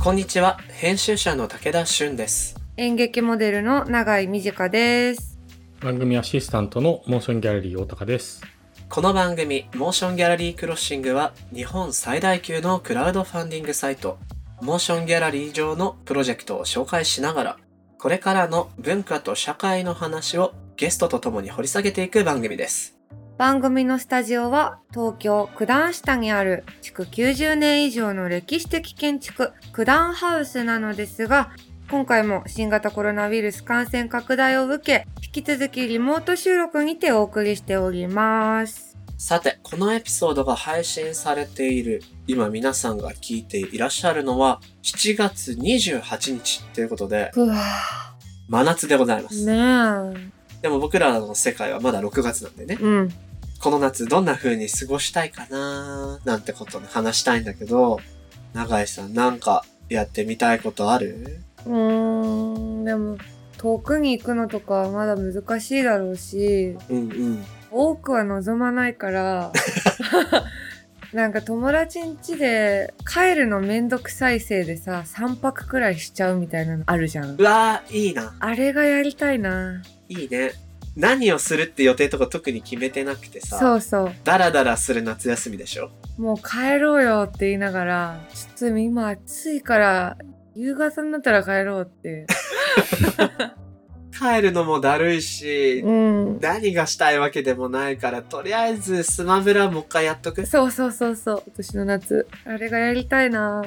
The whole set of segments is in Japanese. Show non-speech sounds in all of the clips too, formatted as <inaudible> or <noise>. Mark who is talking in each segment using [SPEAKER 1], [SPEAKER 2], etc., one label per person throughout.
[SPEAKER 1] こんにちは編集者の武田俊です
[SPEAKER 2] 演劇モデルの永井美智香です。
[SPEAKER 3] 番組アシスタントのモーションギャラリー大高です。
[SPEAKER 1] この番組モーションギャラリークロッシングは日本最大級のクラウドファンディングサイトモーションギャラリー上のプロジェクトを紹介しながらこれからの文化と社会の話をゲストとともに掘り下げていく番組です
[SPEAKER 2] 番組のスタジオは東京九段下にある築90年以上の歴史的建築九段ハウスなのですが、今回も新型コロナウイルス感染拡大を受け、引き続きリモート収録にてお送りしております。
[SPEAKER 1] さて、このエピソードが配信されている、今皆さんが聞いていらっしゃるのは、7月28日ということで、
[SPEAKER 2] ふわ
[SPEAKER 1] 真夏でございます。
[SPEAKER 2] ー。ね
[SPEAKER 1] でも僕らの世界はまだ6月なんでね
[SPEAKER 2] え。、うん。
[SPEAKER 1] この夏どんな風に過ごしたいかなーなんてことをね話したいんだけど、永井さんなんかやってみたいことある
[SPEAKER 2] うーん、でも遠くに行くのとかはまだ難しいだろうし、
[SPEAKER 1] うんうん。
[SPEAKER 2] 多くは望まないから <laughs> なんか友達ん家で帰るのめんどくさいせいでさ3泊くらいしちゃうみたいなのあるじゃん
[SPEAKER 1] うわー、いいな。
[SPEAKER 2] あれがやりたいない
[SPEAKER 1] いね。何をするって予定とか特に決めてなくてさ、
[SPEAKER 2] そうそ
[SPEAKER 1] ダラダラする夏休みでしょ
[SPEAKER 2] うもう帰ろうよって言いながらちょっと今暑いから夕方になったら帰ろうって
[SPEAKER 1] 帰るのもだるいし、
[SPEAKER 2] うん
[SPEAKER 1] 何がしたいわけでもないから、とりあえずスマブラもう一回やっとく。
[SPEAKER 2] そうそうそうそう今年の夏あれがやりたいな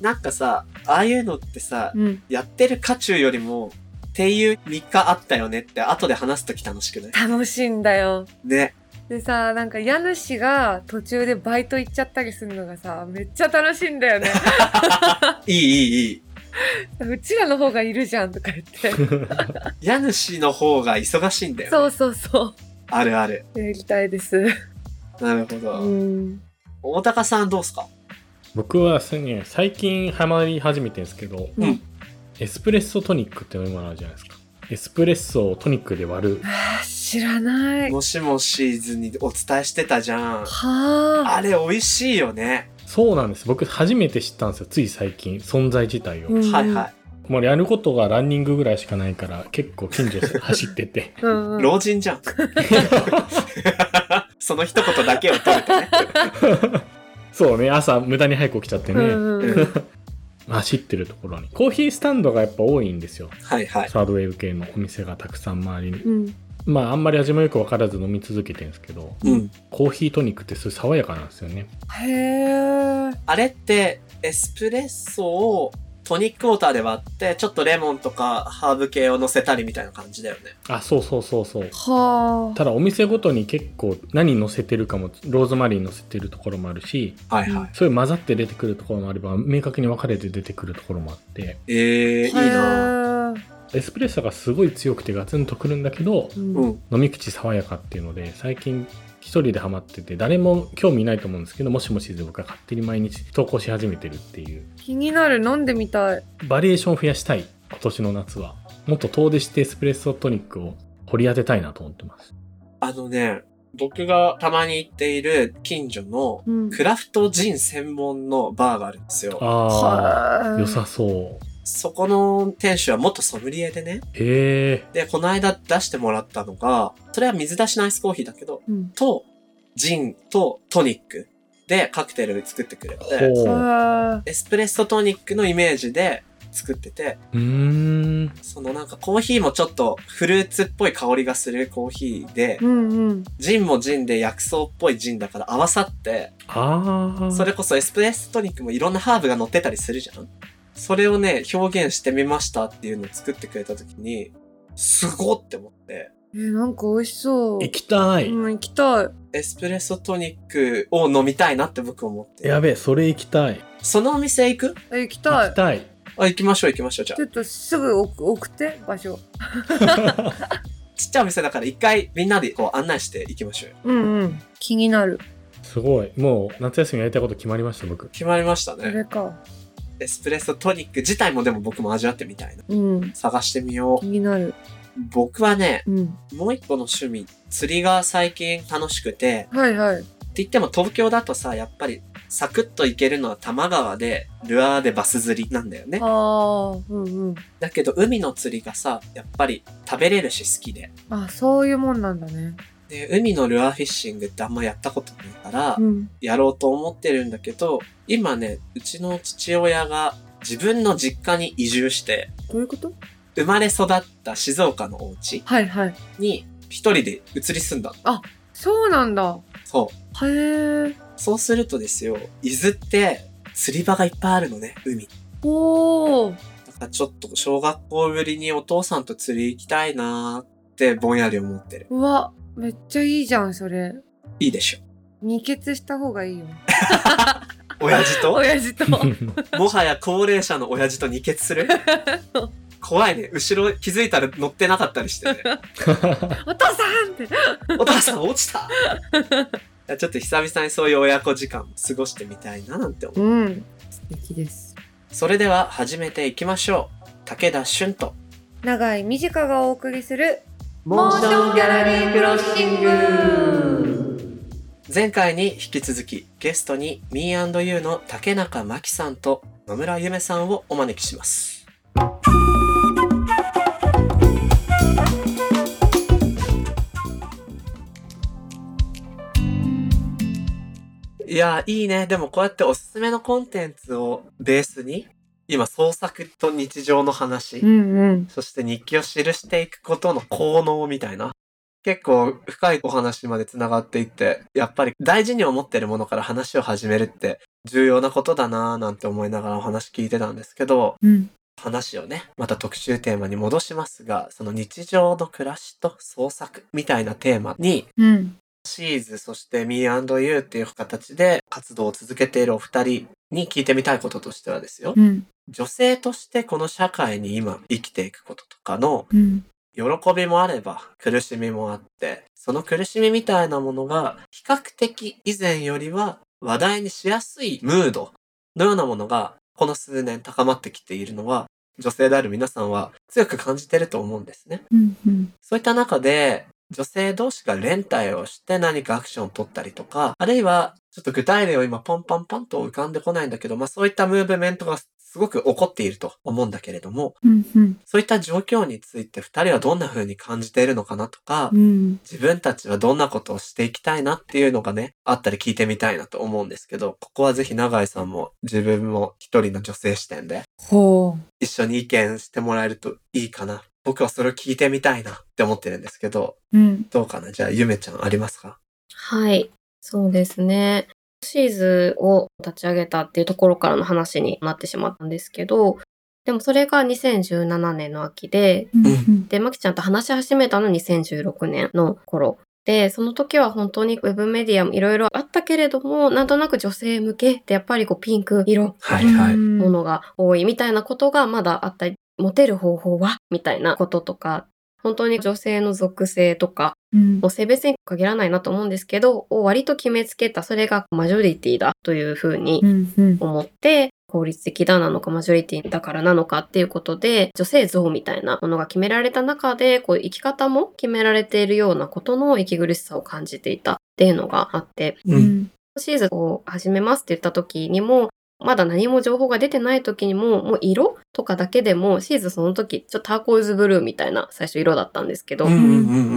[SPEAKER 1] なんかさ、ああいうのってさ、
[SPEAKER 2] うん
[SPEAKER 1] やってる渦中よりも、っていう3日あったよねって後で話すとき楽しく
[SPEAKER 2] <laughs>
[SPEAKER 1] ない
[SPEAKER 2] 楽しいんだよ
[SPEAKER 1] ね。
[SPEAKER 2] でさなんか家主が途中でバイト行っちゃったりするのがさめっちゃ楽しいんだよね
[SPEAKER 1] いいいいいい。
[SPEAKER 2] うちらの方がいるじゃんとか言って
[SPEAKER 1] 家主の方が忙しいんだよ。
[SPEAKER 2] そうそうそ
[SPEAKER 1] あるある。
[SPEAKER 2] うやりたいです
[SPEAKER 1] なるほ
[SPEAKER 2] う
[SPEAKER 1] ど。
[SPEAKER 2] ん
[SPEAKER 1] 大高さんどうすか
[SPEAKER 3] 僕はですね、最近ハマり始めてるんですけど、
[SPEAKER 1] うん
[SPEAKER 3] エスプレッソトニックって飲み物あるじゃないですか。エスプレッソをトニックで割る。
[SPEAKER 2] あー知らないは
[SPEAKER 1] もしもシーズンにお伝えしてたじゃん。
[SPEAKER 2] あ
[SPEAKER 1] あれ美味しいよね。
[SPEAKER 3] そうなんです。僕初めて知ったんですよ。つい最近、存在自体を。
[SPEAKER 2] うん
[SPEAKER 1] はいは
[SPEAKER 3] もうやることがランニングぐらいしかないから、結構近所走ってて。 <laughs>
[SPEAKER 2] うんう
[SPEAKER 1] い。
[SPEAKER 2] ん、
[SPEAKER 1] 老人じ
[SPEAKER 2] <laughs>
[SPEAKER 1] ゃん。その一言だけを取るとね。
[SPEAKER 3] そうね、朝無駄に早く起きちゃってね。
[SPEAKER 2] うんうん
[SPEAKER 3] 走ってるところに。コーヒースタンドがやっぱ多いんですよ。
[SPEAKER 1] はいはい。
[SPEAKER 3] サードウェーブ系のお店がたくさん周りに。
[SPEAKER 2] うん、
[SPEAKER 3] まああんまり味もよく分からず飲み続けてるんですけど、
[SPEAKER 1] うん。
[SPEAKER 3] コーヒートニックってすごい爽やかなんですよね。
[SPEAKER 2] へえ
[SPEAKER 1] あれってエスプレッソをトニックウォーターで割ってちょっとレモンとかハーブ系を乗せたりみたいな感じだよね。
[SPEAKER 3] あ、そうそうそうそう。
[SPEAKER 2] はあ
[SPEAKER 3] ただお店ごとに結構何乗せてるかも、ローズマリー乗せてるところもあるし、
[SPEAKER 1] はい
[SPEAKER 2] はい。
[SPEAKER 3] そういう混ざって出てくるところもあれば、明確に分かれて出てくるところもあって、
[SPEAKER 1] えー、いいなぁ
[SPEAKER 2] な
[SPEAKER 3] エスプレッソがすごい強くてガツンとくるんだけど、
[SPEAKER 1] う
[SPEAKER 2] うん
[SPEAKER 1] ん。
[SPEAKER 3] 飲み口爽やかっていうので、最近一人でハマってて、誰も興味ないと思うんですけど、もしもしで僕は勝手に毎日投稿し始めてるっていう。
[SPEAKER 2] 気になる飲んでみたい
[SPEAKER 3] バリエーションを増やしたい今年の夏はもっと遠出してエスプレッソトニックを掘り当てたいなと思ってます
[SPEAKER 1] あのね、僕がたまに行っている近所の
[SPEAKER 2] うん
[SPEAKER 1] クラフトジン専門のバーがあるんですよ。
[SPEAKER 3] あ
[SPEAKER 2] は
[SPEAKER 3] あ
[SPEAKER 2] あ
[SPEAKER 3] 良さそう
[SPEAKER 1] そこの店主は元ソムリエでね。
[SPEAKER 3] へえ
[SPEAKER 1] で、この間出してもらったのが、それは水出しのアイスコーヒーだけど、
[SPEAKER 2] うん
[SPEAKER 1] と、ジンとトニックでカクテル作ってくれて。
[SPEAKER 3] ほうう
[SPEAKER 2] はあ
[SPEAKER 1] エスプレッソトニックのイメージで作ってて、
[SPEAKER 3] ーん
[SPEAKER 1] そのなんかコーヒーもちょっとフルーツっぽい香りがするコーヒーで
[SPEAKER 2] う、んうん
[SPEAKER 1] ジンもジンで薬草っぽいジンだから合わさって、
[SPEAKER 3] ああ
[SPEAKER 1] それこそエスプレッソトニックもいろんなハーブが乗ってたりするじゃんそれをね、表現してみましたっていうのを作ってくれた時に、すごって思って、
[SPEAKER 2] えなんか美味しそう
[SPEAKER 3] 行きたい、
[SPEAKER 2] うん、行きたい。
[SPEAKER 1] エスプレッソトニックを飲みたいなって僕思って。
[SPEAKER 3] やべえそれ行きたい
[SPEAKER 1] そのお店行く
[SPEAKER 2] え行きた
[SPEAKER 3] 行
[SPEAKER 2] い
[SPEAKER 3] き。たい
[SPEAKER 1] あ、行きましょう行きましょう、じゃあ
[SPEAKER 2] ちょ。っとすぐ送送って、場所。
[SPEAKER 1] ちっちゃいお店だから一回みんなでこう案内して行きましょうよ。
[SPEAKER 2] うんうん。気になる。
[SPEAKER 3] <laughs> すごいもう夏休みやりたいこと決まりました <laughs> 僕
[SPEAKER 1] 決まりました
[SPEAKER 2] そ
[SPEAKER 1] ね。
[SPEAKER 2] れか。
[SPEAKER 1] エスプレッソトニック自体もでも僕も味わってみたいな。
[SPEAKER 2] うん。
[SPEAKER 1] 探してみよ
[SPEAKER 2] 気になる。
[SPEAKER 1] う。僕はね、
[SPEAKER 2] うん。
[SPEAKER 1] もう一個の趣味、釣りが最近楽しくて、
[SPEAKER 2] はいは
[SPEAKER 1] っ
[SPEAKER 2] い。
[SPEAKER 1] て言っても東京だとさ、やっぱりサクッと行けるのは多摩川で、ルアーでバス釣りなんだよね
[SPEAKER 2] あ。あ、うんうん。
[SPEAKER 1] だけど海の釣りがさ、やっぱり食べれるし好きで。
[SPEAKER 2] あ、そういうもんなんだね。
[SPEAKER 1] で、海のルアーフィッシングってあんまやったことないから、
[SPEAKER 2] うん。
[SPEAKER 1] やろうと思ってるんだけど、今ね、うちの父親が自分の実家に移住して、
[SPEAKER 2] どういうこと
[SPEAKER 1] 生まれ育った静岡のお家
[SPEAKER 2] はいはい。
[SPEAKER 1] に一人で移り住んだの。
[SPEAKER 2] そうなんだ。
[SPEAKER 1] そう。
[SPEAKER 2] へえ。
[SPEAKER 1] そうするとですよ、伊豆って釣り場がいっぱいあるのね、海。
[SPEAKER 2] おお。
[SPEAKER 1] だからちょっと小学校ぶりにお父さんと釣り行きたいなーってぼんやり思ってる。
[SPEAKER 2] うわ、めっちゃいいじゃん、それ。
[SPEAKER 1] いいでしょ。
[SPEAKER 2] 二血した方がいいよ。
[SPEAKER 1] 親父
[SPEAKER 2] <laughs>
[SPEAKER 1] と
[SPEAKER 2] 親父と。
[SPEAKER 1] もはや高齢者の親父と二血する怖いね。後ろ気づいたら乗ってなかったりしてね。
[SPEAKER 2] お父さんって。
[SPEAKER 1] お父さん落ちたいやちょっと久々にそういう親子時間過ごしてみたいななんて思う。
[SPEAKER 2] うん。素敵です。
[SPEAKER 1] それでは始めていきましょう。武田俊と。
[SPEAKER 2] 長井美智香がお送りする。
[SPEAKER 1] モーションギャラリークロ
[SPEAKER 2] ッシング。
[SPEAKER 1] 前回に引き続きゲストに Me&You の竹中真紀さんと野村ゆめさんをお招きします。いやーいいねでもこうやっておすすめのコンテンツをベースに今創作と日常の話、
[SPEAKER 2] うんうん。
[SPEAKER 1] そして日記を記していくことの効能みたいな。結構深いお話まで繋がっていって、やっぱり大事に思ってるものから話を始めるって重要なことだなぁなんて思いながらお話聞いてたんですけど、
[SPEAKER 2] うん。
[SPEAKER 1] 話をね、また特集テーマに戻しますが、その日常の暮らしと創作みたいなテーマに、
[SPEAKER 2] うん。
[SPEAKER 1] シーズ、そして Me&You っていう形で活動を続けているお二人に聞いてみたいこととしてはですよ、
[SPEAKER 2] うん。
[SPEAKER 1] 女性としてこの社会に今生きていくこととかの
[SPEAKER 2] うん。
[SPEAKER 1] 喜びもあれば苦しみもあって、その苦しみみたいなものが比較的以前よりは話題にしやすいムードのようなものがこの数年高まってきているのは女性である皆さんは強く感じてると思うんですね。
[SPEAKER 2] うん。うん。
[SPEAKER 1] そういった中で女性同士が連帯をして何かアクションを取ったりとか、あるいはちょっと具体例を今ポンポンポンと浮かんでこないんだけど、まあそういったムーブメントがすごく起こっていると思うんだけれども、
[SPEAKER 2] うん。うん。
[SPEAKER 1] そういった状況について二人はどんな風に感じているのかなとか、
[SPEAKER 2] うん。
[SPEAKER 1] 自分たちはどんなことをしていきたいなっていうのがね、あったり聞いてみたいなと思うんですけど、ここはぜひ永井さんも自分も一人の女性視点で
[SPEAKER 2] ほ
[SPEAKER 1] 一緒に意見してもらえるといいかな。僕はそれを聞いてみたいなって思ってるんですけど、
[SPEAKER 2] う。うん。
[SPEAKER 1] どうかなじゃあゆめちゃんありますか
[SPEAKER 4] はい、そうですね。シーズを立ち上げたっていうところからの話になってしまったんですけど、でもそれが2017年の秋で、
[SPEAKER 2] うんん。
[SPEAKER 4] で、まきちゃんと話し始めたの2016年の頃。で、その時は本当にウェブメディアもいろいろあったけれども、なんとなく女性向けってやっぱりこうピンク色
[SPEAKER 1] は
[SPEAKER 2] うん
[SPEAKER 4] ものが多いみたいなことがまだあったり、モテる方法はみたいなこととか、本当に女性の属性とか、
[SPEAKER 2] うん
[SPEAKER 4] もう性別に限らないなと思うんですけど、を割と決めつけた、それがマジョリティだというふうに
[SPEAKER 2] うん。うん。
[SPEAKER 4] 思って、効率的だなのか、マジョリティだからなのかっていうことで、女性像みたいなものが決められた中で、こう生き方も決められているようなことの息苦しさを感じていたっていうのがあって、
[SPEAKER 1] う。
[SPEAKER 2] うんん。
[SPEAKER 4] シーズンを始めますって言った時にも、まだ何も情報が出てない時にも、もう色とかだけでも、シーズンその時、ちょっとターコイズブルーみたいな最初色だったんですけど、
[SPEAKER 1] うんうんうんう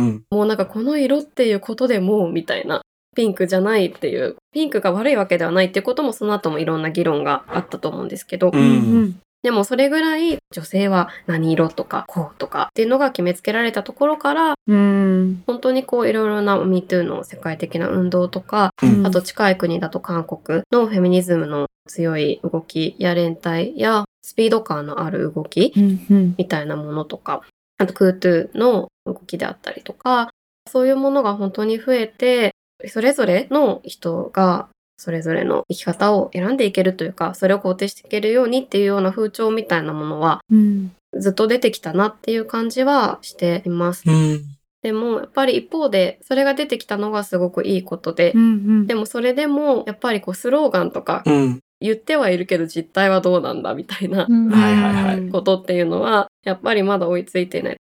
[SPEAKER 1] ん。
[SPEAKER 4] もうなんかこの色っていうことでもうみたいな。ピンクじゃないっていう、ピンクが悪いわけではないっていうこともその後もいろんな議論があったと思うんですけど、
[SPEAKER 1] う。
[SPEAKER 2] うんん。
[SPEAKER 4] でもそれぐらい女性は何色とかこうとかっていうのが決めつけられたところから、
[SPEAKER 2] うん。
[SPEAKER 4] 本当にこういろいろな MeToo の世界的な運動とか、
[SPEAKER 2] うん
[SPEAKER 4] あと近い国だと韓国のフェミニズムの強い動きや連帯やスピード感のある動き
[SPEAKER 2] うん。うん。
[SPEAKER 4] みたいなものとか、あと空ーの動きであったりとか、そういうものが本当に増えて、それぞれの人がそれぞれの生き方を選んでいけるというか、それを肯定していけるようにっていうような風潮みたいなものは
[SPEAKER 2] うん。
[SPEAKER 4] ずっと出てきたなっていう感じはしています。
[SPEAKER 1] うん。
[SPEAKER 4] でもやっぱり一方でそれが出てきたのがすごくいいことで、
[SPEAKER 2] うん。
[SPEAKER 4] でもそれでもやっぱりこうスローガンとか
[SPEAKER 1] うん。
[SPEAKER 4] 言ってはいるけど実態はどうなんだみたいな
[SPEAKER 2] うん。
[SPEAKER 1] はいはいはい
[SPEAKER 4] ことっていうのはやっぱりまだ追いついていない。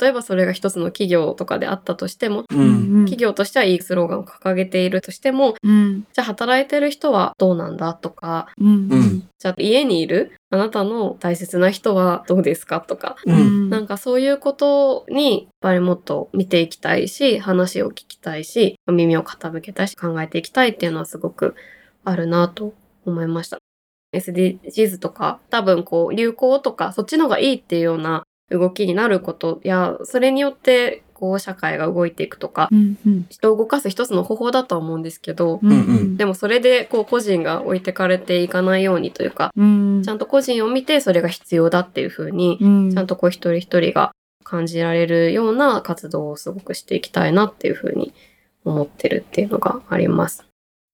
[SPEAKER 4] 例えばそれが一つの企業とかであったとしても、
[SPEAKER 1] う。
[SPEAKER 2] うんん
[SPEAKER 4] 企業としてはいいスローガンを掲げているとしても、
[SPEAKER 2] うん
[SPEAKER 4] じゃあ働いてる人はどうなんだとか、
[SPEAKER 2] うん
[SPEAKER 1] うん
[SPEAKER 4] じゃあ家にいるあなたの大切な人はどうですかとか、
[SPEAKER 1] う。
[SPEAKER 2] うんん
[SPEAKER 4] なんかそういうことにやっぱりもっと見ていきたいし、話を聞きたいし、耳を傾けたいし、考えていきたいっていうのはすごくあるなと思いました。SDGs とか多分こう流行とかそっちの方がいいっていうような動きになることや、それによってこう社会が動いていくとか、
[SPEAKER 2] うんうん
[SPEAKER 4] 人を動かす一つの方法だとは思うんですけど、
[SPEAKER 2] うん
[SPEAKER 1] うん
[SPEAKER 4] でもそれでこう個人が置いてかれていかないようにというか、
[SPEAKER 2] うん
[SPEAKER 4] ちゃんと個人を見てそれが必要だっていうふうに
[SPEAKER 2] うん
[SPEAKER 4] ちゃんとこう一人一人が感じられるような活動をすごくしていきたいなっていうふうに思ってるっていうのがあります。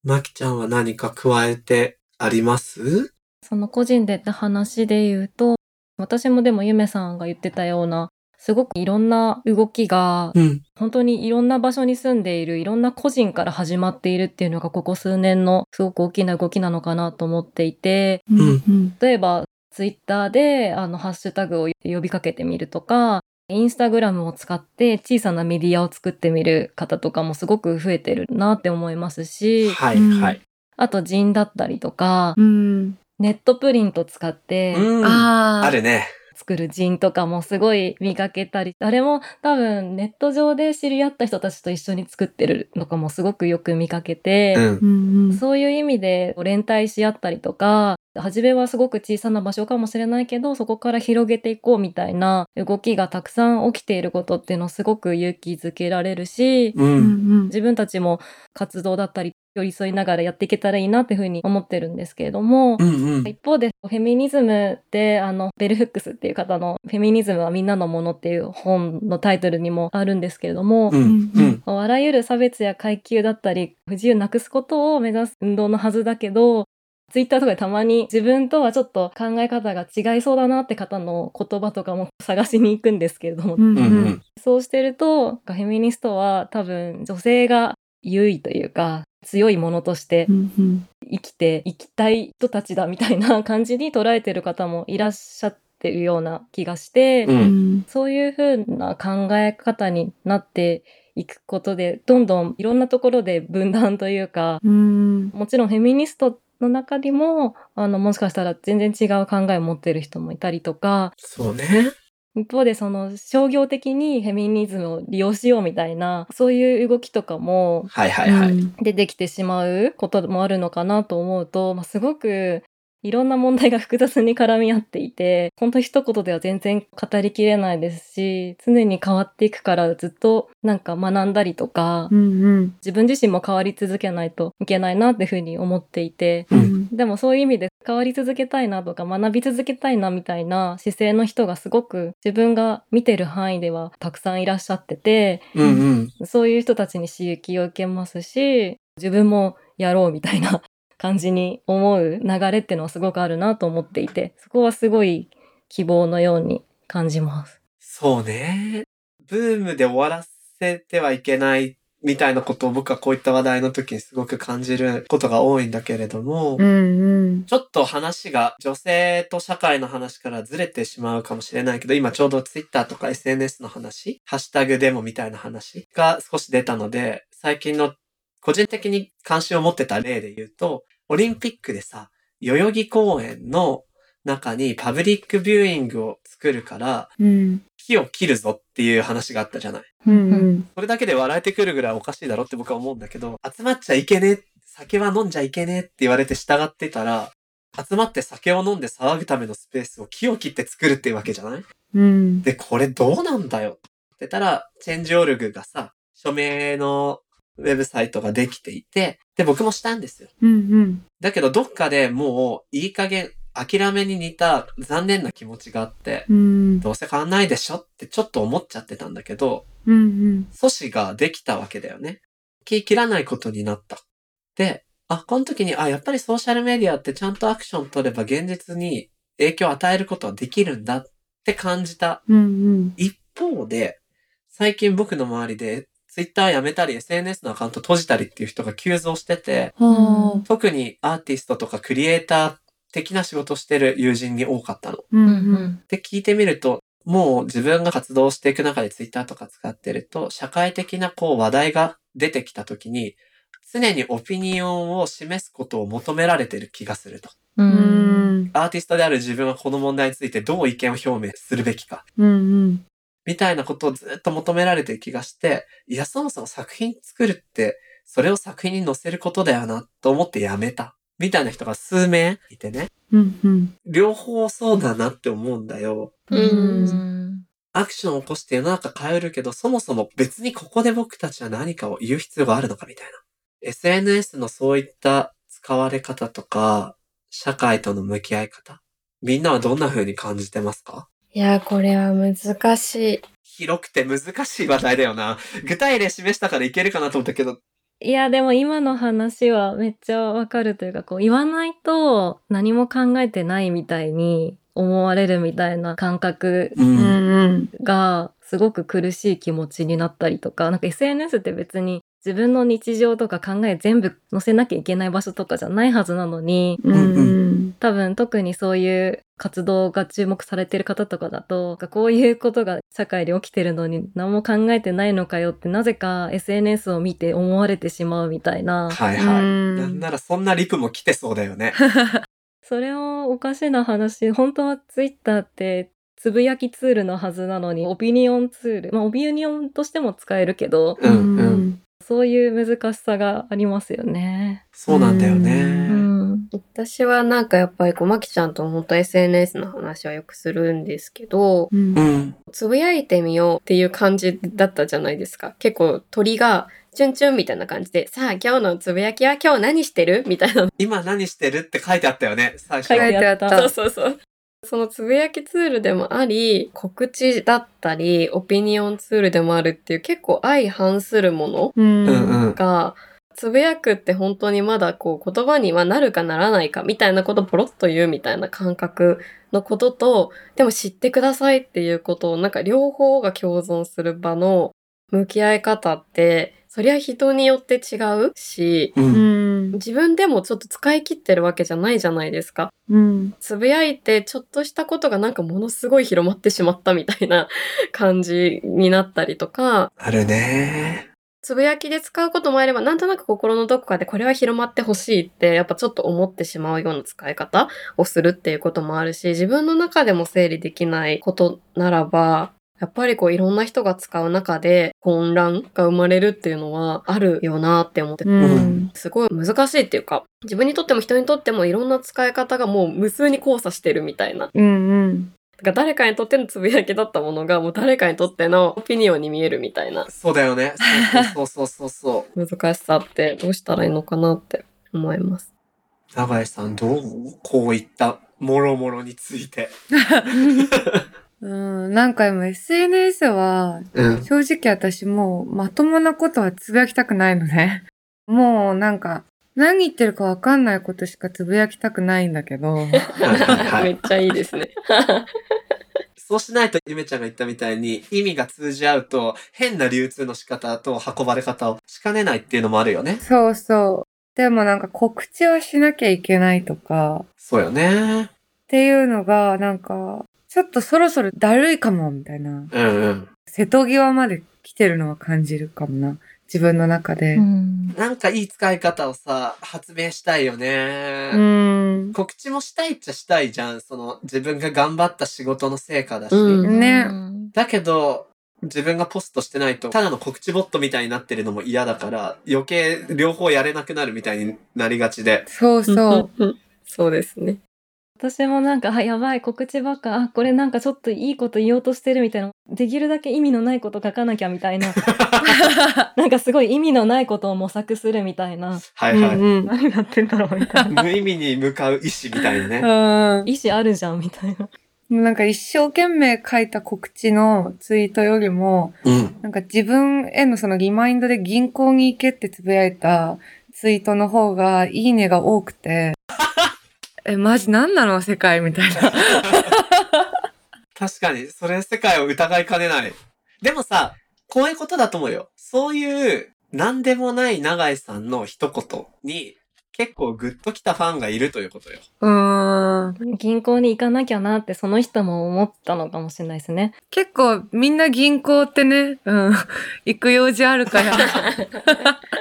[SPEAKER 1] まきちゃんは何か加えてあります
[SPEAKER 5] その個人でって話で言うと、私もでもゆめさんが言ってたような、すごくいろんな動きが、
[SPEAKER 1] うん。
[SPEAKER 5] 本当にいろんな場所に住んでいるいろんな個人から始まっているっていうのがここ数年のすごく大きな動きなのかなと思っていて、
[SPEAKER 2] うん
[SPEAKER 1] うん
[SPEAKER 2] うん
[SPEAKER 5] 例えばツイッターであのハッシュタグを呼びかけてみるとか、インスタグラムを使って小さなメディアを作ってみる方とかもすごく増えてるなって思いますし、
[SPEAKER 1] はいはい。
[SPEAKER 5] あと人だったりとか、
[SPEAKER 2] うん
[SPEAKER 5] ネットプリント使って、
[SPEAKER 1] うん。あ
[SPEAKER 2] あー
[SPEAKER 1] るね。
[SPEAKER 5] 作る人とかもすごい見かけたり、あれも多分ネット上で知り合った人たちと一緒に作ってるのかもすごくよく見かけ
[SPEAKER 1] う
[SPEAKER 5] て、
[SPEAKER 1] ん。
[SPEAKER 2] うんうん
[SPEAKER 5] そういう意味で連帯し合ったりとか、初めはすごく小さな場所かもしれないけど、そこから広げていこうみたいな動きがたくさん起きていることっていうのをすごく勇気づけられるし、
[SPEAKER 1] う。
[SPEAKER 2] うんん
[SPEAKER 5] 自分たちも活動だったり寄り添いながらやっていけたらいいなっていうふうに思ってるんですけれども、
[SPEAKER 1] うんうん。
[SPEAKER 5] 一方でフェミニズムってあのベル・フックスっていう方の「フェミニズムはみんなのもの」っていう本のタイトルにもあるんですけれども
[SPEAKER 1] う、んうん。
[SPEAKER 5] あらゆる差別や階級だったり不自由なくすことを目指す運動のはずだけどツイッターとかでたまに自分とはちょっと考え方が違いそうだなって方の言葉とかも探しに行くんですけれども、
[SPEAKER 2] うん
[SPEAKER 1] う
[SPEAKER 2] うん
[SPEAKER 1] うんん。
[SPEAKER 5] そうしてるとなんかフェミニストは多分女性が優位というか強いものとして
[SPEAKER 2] うんうん
[SPEAKER 5] 生きていきたい人たちだみたいな感じに捉えてる方もいらっしゃってるような気がして、
[SPEAKER 1] う。
[SPEAKER 2] うんん
[SPEAKER 5] そういうふうな考え方になっていくことでどんどんいろんなところで分断というか
[SPEAKER 2] うん
[SPEAKER 5] もちろんフェミニストの中にもあのもしかしたら全然違う考えを持ってる人もいたりとか
[SPEAKER 1] そうね。
[SPEAKER 5] 一方でその商業的にフェミニズムを利用しようみたいなそういう動きとかも
[SPEAKER 1] はいはいはい。
[SPEAKER 5] 出てきてしまうこともあるのかなと思うと、まあ、すごくいろんな問題が複雑に絡み合っていて本当一言では全然語りきれないですし常に変わっていくからずっとなんか学んだりとか、
[SPEAKER 2] うん
[SPEAKER 5] 自分自身も変わり続けないといけないなっていうふうに思っていて
[SPEAKER 2] うんうん
[SPEAKER 5] でもそういう意味で変わり続けたいなとか学び続けたいなみたいな姿勢の人がすごく自分が見てる範囲ではたくさんいらっしゃってて
[SPEAKER 1] うんうん。
[SPEAKER 5] そういう人たちに刺激を受けますし、自分もやろうみたいな <laughs> 感じに思う流れっていうのはすごくあるなと思っていて、そこはすごい希望のように感じます。
[SPEAKER 1] そうね。ブームで終わらせてはいけないみたいなことを僕はこういった話題の時にすごく感じることが多いんだけれども、
[SPEAKER 2] うん
[SPEAKER 1] ちょっと話が女性と社会の話からずれてしまうかもしれないけど、今ちょうど Twitter とか SNS の話、ハッシュタグデモみたいな話が少し出たので、最近の個人的に関心を持ってた例で言うと、オリンピックでさ、代々木公園の中にパブリックビューイングを作るから、
[SPEAKER 2] うん
[SPEAKER 1] 木を切るぞっていう話があったじゃない。
[SPEAKER 2] うんうん
[SPEAKER 1] それだけで笑えてくるぐらいおかしいだろって僕は思うんだけど、集まっちゃいけねえ、酒は飲んじゃいけねえって言われて従ってたら、集まって酒を飲んで騒ぐためのスペースを木を切って作るっていうわけじゃない
[SPEAKER 2] うん
[SPEAKER 1] で、これどうなんだよって言ったら、チェンジオルグがさ、署名のウェブサイトができていて、で、僕もしたんですよ。
[SPEAKER 2] うんうん
[SPEAKER 1] だけど、どっかでもういい加減、諦めに似た残念な気持ちがあって、
[SPEAKER 2] うん
[SPEAKER 1] どうせ変わんないでしょってちょっと思っちゃってたんだけど、
[SPEAKER 2] うん
[SPEAKER 1] 阻止ができたわけだよね。気切らないことになった。で、あ、この時に、あ、やっぱりソーシャルメディアってちゃんとアクション取れば現実に影響を与えることはできるんだって感じた。
[SPEAKER 2] うんうん
[SPEAKER 1] 一方で、最近僕の周りで Twitter やめたり SNS のアカウント閉じたりっていう人が急増してて、
[SPEAKER 2] は
[SPEAKER 1] 特にアーティストとかクリエイター的な仕事をしてる友人に多かったの。
[SPEAKER 2] あうん
[SPEAKER 5] ん。
[SPEAKER 1] で、聞いてみると、もう自分が活動していく中でツイッターとか使ってると、社会的なこう話題が出てきた時に、常にオピニオンを示すことを求められてる気がすると。
[SPEAKER 5] う。
[SPEAKER 2] うんん。
[SPEAKER 1] アーティストである自分はこの問題についてどう意見を表明するべきか、
[SPEAKER 2] うんうん。
[SPEAKER 1] みたいなことをずっと求められてる気がして、いや、そもそも作品作るって、それを作品に載せることだよな、と思ってやめた。みたいな人が数名いてね、
[SPEAKER 2] うんうん。
[SPEAKER 1] 両方そうだなって思うんだよ。アクションを起こして世の中変えるけど、そもそも別にここで僕たちは何かを言う必要があるのかみたいな。SNS のそういった使われ方とか、社会との向き合い方、みんなはどんな風に感じてますか
[SPEAKER 4] いや、これは難しい。
[SPEAKER 1] 広くて難しい話題だよな。具体例示したからいけるかなと思ったけど、
[SPEAKER 5] いや、でも今の話はめっちゃわかるというか、こう言わないと何も考えてないみたいに思われるみたいな感覚
[SPEAKER 1] う
[SPEAKER 2] うん
[SPEAKER 1] ん、
[SPEAKER 2] うん。
[SPEAKER 5] がすごく苦しい気持ちになったりとか、なんか SNS って別に自分の日常とか考え全部載せなきゃいけない場所とかじゃないはずなのに、
[SPEAKER 2] うんん
[SPEAKER 5] 多分特にそういう活動が注目されてる方とかだと、なんかこういうことが社会で起きてるのに何も考えてないのかよってなぜか SNS を見て思われてしまうみたいな。
[SPEAKER 1] はいはい。なん
[SPEAKER 2] は
[SPEAKER 1] ならそんなリプも来てそうだよね。
[SPEAKER 5] それをおかしな話、本当はツイッターってつぶやきツールのはずなのに、オピニオンツール、まあオピニオンとしても使えるけど、
[SPEAKER 2] い。
[SPEAKER 1] うんうん。
[SPEAKER 5] そういう難しさがありますよね。
[SPEAKER 1] そうなんだよ
[SPEAKER 5] う
[SPEAKER 1] ね。
[SPEAKER 5] ん。
[SPEAKER 4] 私はなんかやっぱりこう、まきちゃんと本当 SNS の話はよくするんですけど、
[SPEAKER 2] うん
[SPEAKER 1] うん。
[SPEAKER 4] つぶやいてみようっていう感じだったじゃないですか。結構鳥が、チュンチュンみたいな感じで、さあ今日のつぶやきは今日何してるみたいな。
[SPEAKER 1] 今何してるって書いてあったよね、最初
[SPEAKER 5] 書い
[SPEAKER 2] 書い
[SPEAKER 5] て
[SPEAKER 2] て
[SPEAKER 5] あ
[SPEAKER 2] あ
[SPEAKER 5] っ
[SPEAKER 2] ったた。
[SPEAKER 4] そうそうそう。そのつぶやきツールでもあり、告知だったり、オピニオンツールでもあるっていう結構相反するもの
[SPEAKER 2] うん
[SPEAKER 1] うんうん。
[SPEAKER 4] が、つぶやくって本当にまだこう言葉にはなるかならないかみたいなことをポロッと言うみたいな感覚のことと、でも知ってくださいっていうことをなんか両方が共存する場の向き合い方って、そりゃ人によって違うし、
[SPEAKER 1] う。
[SPEAKER 2] うんん
[SPEAKER 4] 自分でもちょっと使い切ってるわけじゃないじゃないですか。
[SPEAKER 2] うん
[SPEAKER 4] つぶやいてちょっとしたことがなんかものすごい広まってしまったみたいな <laughs> 感じになったりとか、
[SPEAKER 1] あるね。
[SPEAKER 4] つぶやきで使うこともあれば、なんとなく心のどこかでこれは広まってほしいって、やっぱちょっと思ってしまうような使い方をするっていうこともあるし、自分の中でも整理できないことならば、やっぱりこういろんな人が使う中で混乱が生まれるっていうのはあるよなって思って
[SPEAKER 2] う
[SPEAKER 1] うん
[SPEAKER 2] ん
[SPEAKER 4] すごい難しいっていうか、自分にとっても人にとってもいろんな使い方がもう無数に交差してるみたいな。
[SPEAKER 2] うん
[SPEAKER 4] だから誰かにとってのつぶやきだったものがもう誰かにとってのオピニオンに見えるみたいな
[SPEAKER 1] そうだよね。そうそうそうそうそ
[SPEAKER 4] 難しさってどうしたらいいのかなって思います。
[SPEAKER 1] う。長井さん、どう思うこういったもろもろについて。
[SPEAKER 2] うん何回も SNS は
[SPEAKER 1] うん。
[SPEAKER 2] 正直私もうまともなことはつぶやきたくないのね。もうなんか何言ってるかわかんないことしかつぶやきたくないんだけど。
[SPEAKER 1] はいはいは
[SPEAKER 4] め
[SPEAKER 1] い。
[SPEAKER 4] っちゃいいですね。
[SPEAKER 1] そうしないと、ゆめちゃんが言ったみたいに、意味が通じ合うと、変な流通の仕方と運ばれ方をしかねないっていうのもあるよね。
[SPEAKER 2] そうそう。でもなんか告知はしなきゃいけないとか
[SPEAKER 1] そうよね。
[SPEAKER 2] っていうのがなんかちょっとそろそろだるいかもみたいな。
[SPEAKER 1] うんうん。
[SPEAKER 2] 瀬戸際まで来てるのは感じるかもな。自分の中で。
[SPEAKER 5] うん
[SPEAKER 1] なんかいい使い方をさ、発明したいよね。
[SPEAKER 2] うん。
[SPEAKER 1] 告知もしたいっちゃしたいじゃん。その、自分が頑張った仕事の成果だし。
[SPEAKER 4] うん
[SPEAKER 2] ね
[SPEAKER 1] だけど、自分がポストしてないと、ただの告知ボットみたいになってるのも嫌だから、余計両方やれなくなるみたいになりがちで。
[SPEAKER 2] そうそう。
[SPEAKER 4] うん。 <laughs> そうですね。
[SPEAKER 5] 私もなんか、あ、やばい、告知ばっか、あ、これなんかちょっといいこと言おうとしてるみたいな、できるだけ意味のないこと書かなきゃみたいな、なんかすごい意味のないことを模索するみたいな、
[SPEAKER 1] はいはい。
[SPEAKER 2] うん
[SPEAKER 5] 何やってんだろうみたいな。
[SPEAKER 1] 無意味に向かう意志みたいな
[SPEAKER 2] <laughs>
[SPEAKER 1] ね。
[SPEAKER 2] うん。
[SPEAKER 5] 意思あるじゃんみたいな。
[SPEAKER 2] もうなんか一生懸命書いた告知のツイートよりも、
[SPEAKER 1] うん。
[SPEAKER 2] なんか自分へのそのリマインドで銀行に行けってつぶやいたツイートの方がいいねが多くて、え、マジ何なの世界みたいな。
[SPEAKER 1] 確かに、それ世界を疑いかねない。でもさ、こういうことだと思うよ。そういう、何でもない永井さんの一言に、結構グッときたファンがいるということよ。
[SPEAKER 2] うん。
[SPEAKER 5] 銀行に行かなきゃなってその人も思ったのかもしれないですね。
[SPEAKER 2] 結構みんな銀行ってね、うん、行く用事あるから。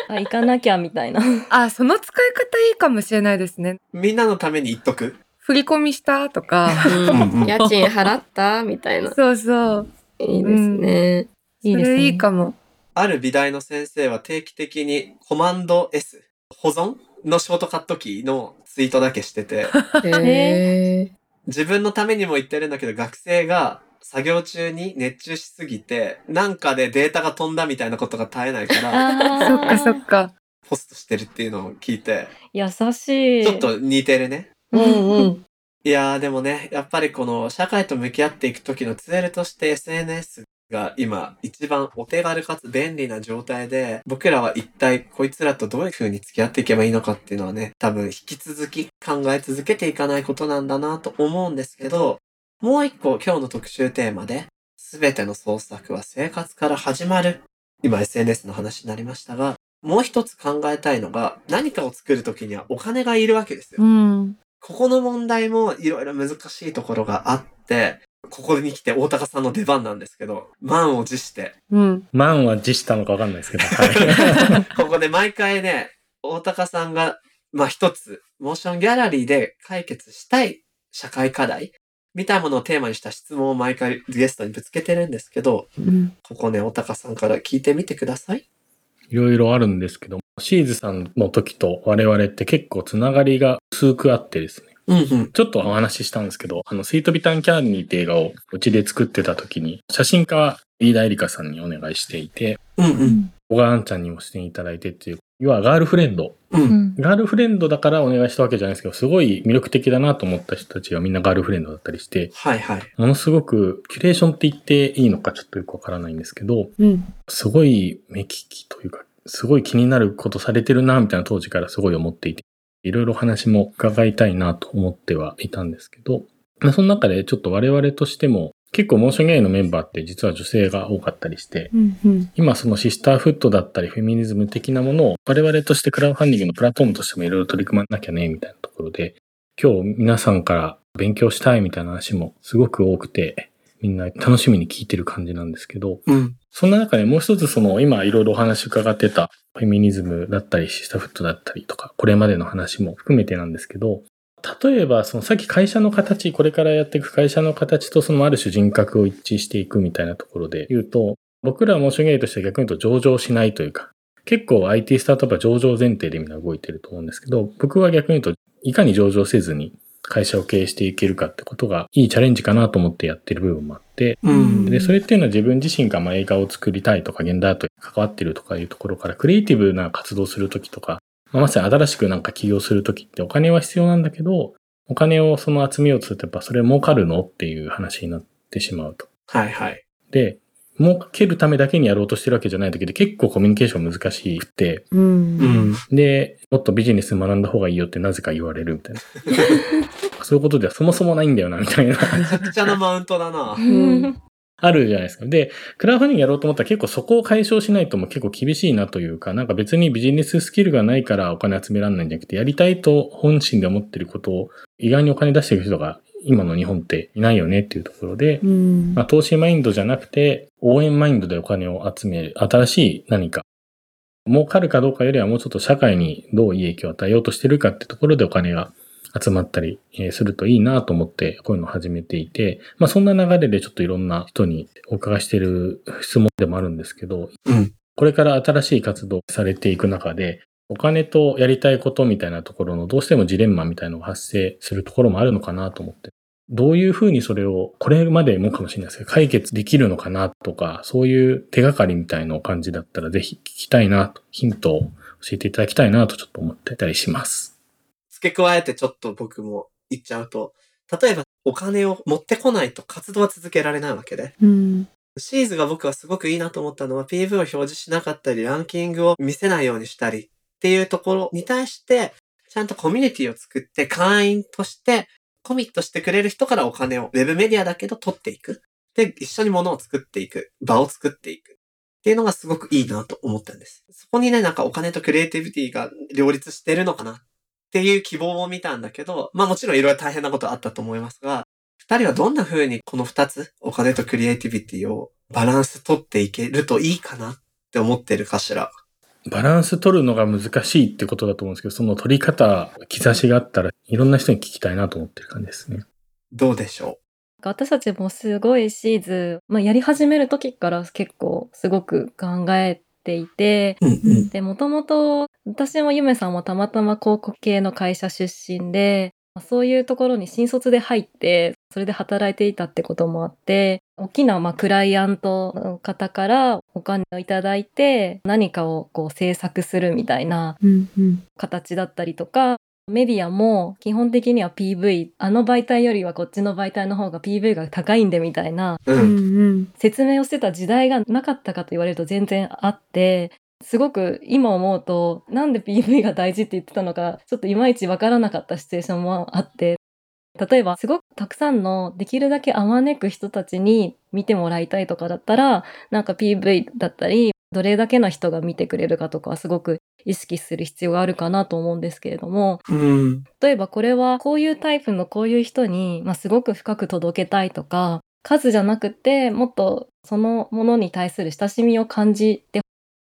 [SPEAKER 5] あ、行かなきゃみたいな。
[SPEAKER 2] あ、その使い方いいかもしれないですね。
[SPEAKER 1] みんなのために言っとく。
[SPEAKER 2] 振り込みしたとか。
[SPEAKER 1] うんうん
[SPEAKER 4] 家賃払ったみたいな。
[SPEAKER 2] そうそう。
[SPEAKER 4] いいですね。
[SPEAKER 5] いいで
[SPEAKER 2] そ
[SPEAKER 5] す
[SPEAKER 2] れ
[SPEAKER 5] ね。
[SPEAKER 2] いいかも。
[SPEAKER 1] ある美大の先生は定期的にコマンド S、保存のショートカットキーのツイートだけしてて、
[SPEAKER 4] へえ。
[SPEAKER 1] 自分のためにも言ってるんだけど、学生が作業中に熱中しすぎて、なんかでデータが飛んだみたいなことが絶えないから、
[SPEAKER 5] あ
[SPEAKER 2] そっかそっか。
[SPEAKER 1] ポストしてるっていうのを聞いて、
[SPEAKER 5] 優しい。
[SPEAKER 1] ちょっと似てるね。
[SPEAKER 4] うんうん。
[SPEAKER 1] いやーでもね、やっぱりこの社会と向き合っていく時のツールとして SNS が今一番お手軽かつ便利な状態で、僕らは一体こいつらとどういう風に付き合っていけばいいのかっていうのはね、多分引き続き考え続けていかないことなんだなと思うんですけど、もう一個今日の特集テーマで、すべての創作は生活から始まる。今 SNS の話になりましたが、もう一つ考えたいのが、何かを作る時にはお金がいるわけですよ。
[SPEAKER 2] うん。
[SPEAKER 1] ここの問題もいろいろ難しいところがあって、ここに来て大高さんの出番なんですけど、満を持して、
[SPEAKER 2] うん。
[SPEAKER 3] 満は持したのか分かんないです <laughs> けど。はい
[SPEAKER 1] <laughs> ここで毎回ね、大高さんが、まあ一つ、モーションギャラリーで解決したい社会課題みたいなものをテーマにした質問を毎回ゲストにぶつけてるんですけど、
[SPEAKER 2] うん。
[SPEAKER 1] ここね、大高さんから聞いてみてください。
[SPEAKER 3] いろいろあるんですけど、シーズさんの時と我々って結構つながりが薄くあってですね。
[SPEAKER 1] うんうん。
[SPEAKER 3] ちょっとお話ししたんですけど、あの、スイートビタンキャンディーって映画をうちで作ってた時に、写真家は飯田絵里香さんにお願いしていて、
[SPEAKER 1] うんうん。
[SPEAKER 3] 小川あんちゃんにも出演いただいてっていう、要はガールフレンド。
[SPEAKER 1] う。
[SPEAKER 5] うんん。
[SPEAKER 3] ガールフレンドだからお願いしたわけじゃないですけど、すごい魅力的だなと思った人たちがみんなガールフレンドだったりして、
[SPEAKER 1] はいはい。
[SPEAKER 3] ものすごく、キュレーションって言っていいのかちょっとよくわからないんですけど、
[SPEAKER 2] うん。
[SPEAKER 3] すごい目利きというか、すごい気になることされてるな、みたいな当時からすごい思っていて、いろいろお話も伺いたいなと思ってはいたんですけど、まあその中でちょっと我々としても、結構モーションゲイのメンバーって実は女性が多かったりして、
[SPEAKER 2] うん。うん。
[SPEAKER 3] 今そのシスターフットだったりフェミニズム的なものを我々としてクラウドファンディングのプラットフォームとしてもいろいろ取り組まなきゃねみたいなところで今日皆さんから勉強したいみたいな話もすごく多くてみんな楽しみに聞いてる感じなんですけど
[SPEAKER 1] うん。
[SPEAKER 3] そんな中でもう一つその今いろいろお話伺ってたフェミニズムだったりシスターフットだったりとかこれまでの話も含めてなんですけど例えばそのさっき会社の形これからやっていく会社の形とそのある種人格を一致していくみたいなところで言うと僕らはモーションゲームとしては逆に言うと上場しないというか結構 IT スタートアップは上場前提でみんな動いてると思うんですけど僕は逆に言うといかに上場せずに会社を経営していけるかってことがいいチャレンジかなと思ってやってる部分もあって
[SPEAKER 1] うん。
[SPEAKER 3] で、それっていうのは自分自身がまあ映画を作りたいとか、現代アートに関わってるとかいうところから、クリエイティブな活動するときとか、まあまさに新しくなんか起業するときってお金は必要なんだけど、お金をその集めようとするとやっぱそれ儲かるのっていう話になってしまうと。
[SPEAKER 1] はいはい。
[SPEAKER 3] で、儲けるためだけにやろうとしてるわけじゃないだけで結構コミュニケーション難しくて、
[SPEAKER 2] うん。
[SPEAKER 1] う。ん。
[SPEAKER 3] で、もっとビジネス学んだ方がいいよってなぜか言われるみ
[SPEAKER 1] <laughs>
[SPEAKER 3] たいな。そういうことではそもそもないんだよな、みたいな。
[SPEAKER 1] めちゃくちゃなマウントだな。
[SPEAKER 5] うん。
[SPEAKER 3] あるじゃないですか。で、クラウドファンディングやろうと思ったら結構そこを解消しないともう結構厳しいなというか、なんか別にビジネススキルがないからお金集められないんじゃなくて、やりたいと本心で思ってることを意外にお金出してる人が今の日本っていないよねっていうところで、
[SPEAKER 2] うん。
[SPEAKER 3] まあ、投資マインドじゃなくて、応援マインドでお金を集める、新しい何か。儲かるかどうかよりはもうちょっと社会にどういい影響を与えようとしてるかってところでお金が集まったりえーするといいなと思ってこういうのを始めていて、まあそんな流れでちょっといろんな人にお伺いしてる質問でもあるんですけど、
[SPEAKER 1] うん
[SPEAKER 3] これから新しい活動されていく中で、お金とやりたいことみたいなところのどうしてもジレンマみたいなのが発生するところもあるのかなと思ってどういうふうにそれを、これまでもかもしれないですけど、解決できるのかなとか、そういう手がかりみたいな感じだったら、ぜひ聞きたいなと、ヒントを教えていただきたいなとちょっと思ってたりします。
[SPEAKER 1] 付け加えてちょっと僕も言っちゃうと、例えばお金を持ってこないと活動は続けられないわけで。
[SPEAKER 2] うん。
[SPEAKER 1] シーズが僕はすごくいいなと思ったのは PV を表示しなかったり、ランキングを見せないようにしたりっていうところに対して、ちゃんとコミュニティを作って会員としてコミットしてくれる人からお金をウェブメディアだけど取っていく。で、一緒に物を作っていく。場を作っていく。っていうのがすごくいいなと思ったんです。そこにね、なんかお金とクリエイティビティが両立してるのかなっっていう希望を見たんだけど、まあもちろんいろいろ大変なことあったと思いますが、二人はどんな風にこの二つ、お金とクリエイティビティをバランス取っていけるといいかなって思ってるかしら。
[SPEAKER 3] バランス取るのが難しいってことだと思うんですけど、その取り方、兆しがあったら、いろんな人に聞きたいなと思ってる感じですね。
[SPEAKER 1] どうでしょ
[SPEAKER 5] 私たちもすごいシーズン、まあ、やり始める時から結構すごく考えていて、
[SPEAKER 1] ううんうん。
[SPEAKER 5] で、もともと私もゆめさんもたまたま広告系の会社出身で、まあそういうところに新卒で入って、それで働いていたってこともあって、大きなまあクライアントの方からお金をいただいて、何かをこう制作するみたいな
[SPEAKER 4] うんうん。
[SPEAKER 5] 形だったりとか、メディアも基本的には PV、あの媒体よりはこっちの媒体の方が PV が高いんでみたいな
[SPEAKER 1] う。
[SPEAKER 4] うんん
[SPEAKER 5] 説明をしてた時代がなかったかと言われると全然あって、すごく今思うと、なんで PV が大事って言ってたのか、ちょっといまいちわからなかったシチュエーションもあって、例えばすごくたくさんのできるだけあまねく人たちに見てもらいたいとかだったら、なんか PV だったり、どれだけの人が見てくれるかとかはすごく意識する必要があるかなと思うんですけれども、
[SPEAKER 1] うん。
[SPEAKER 5] 例えばこれはこういうタイプのこういう人に、まあ、すごく深く届けたいとか数じゃなくてもっとそのものに対する親しみを感じて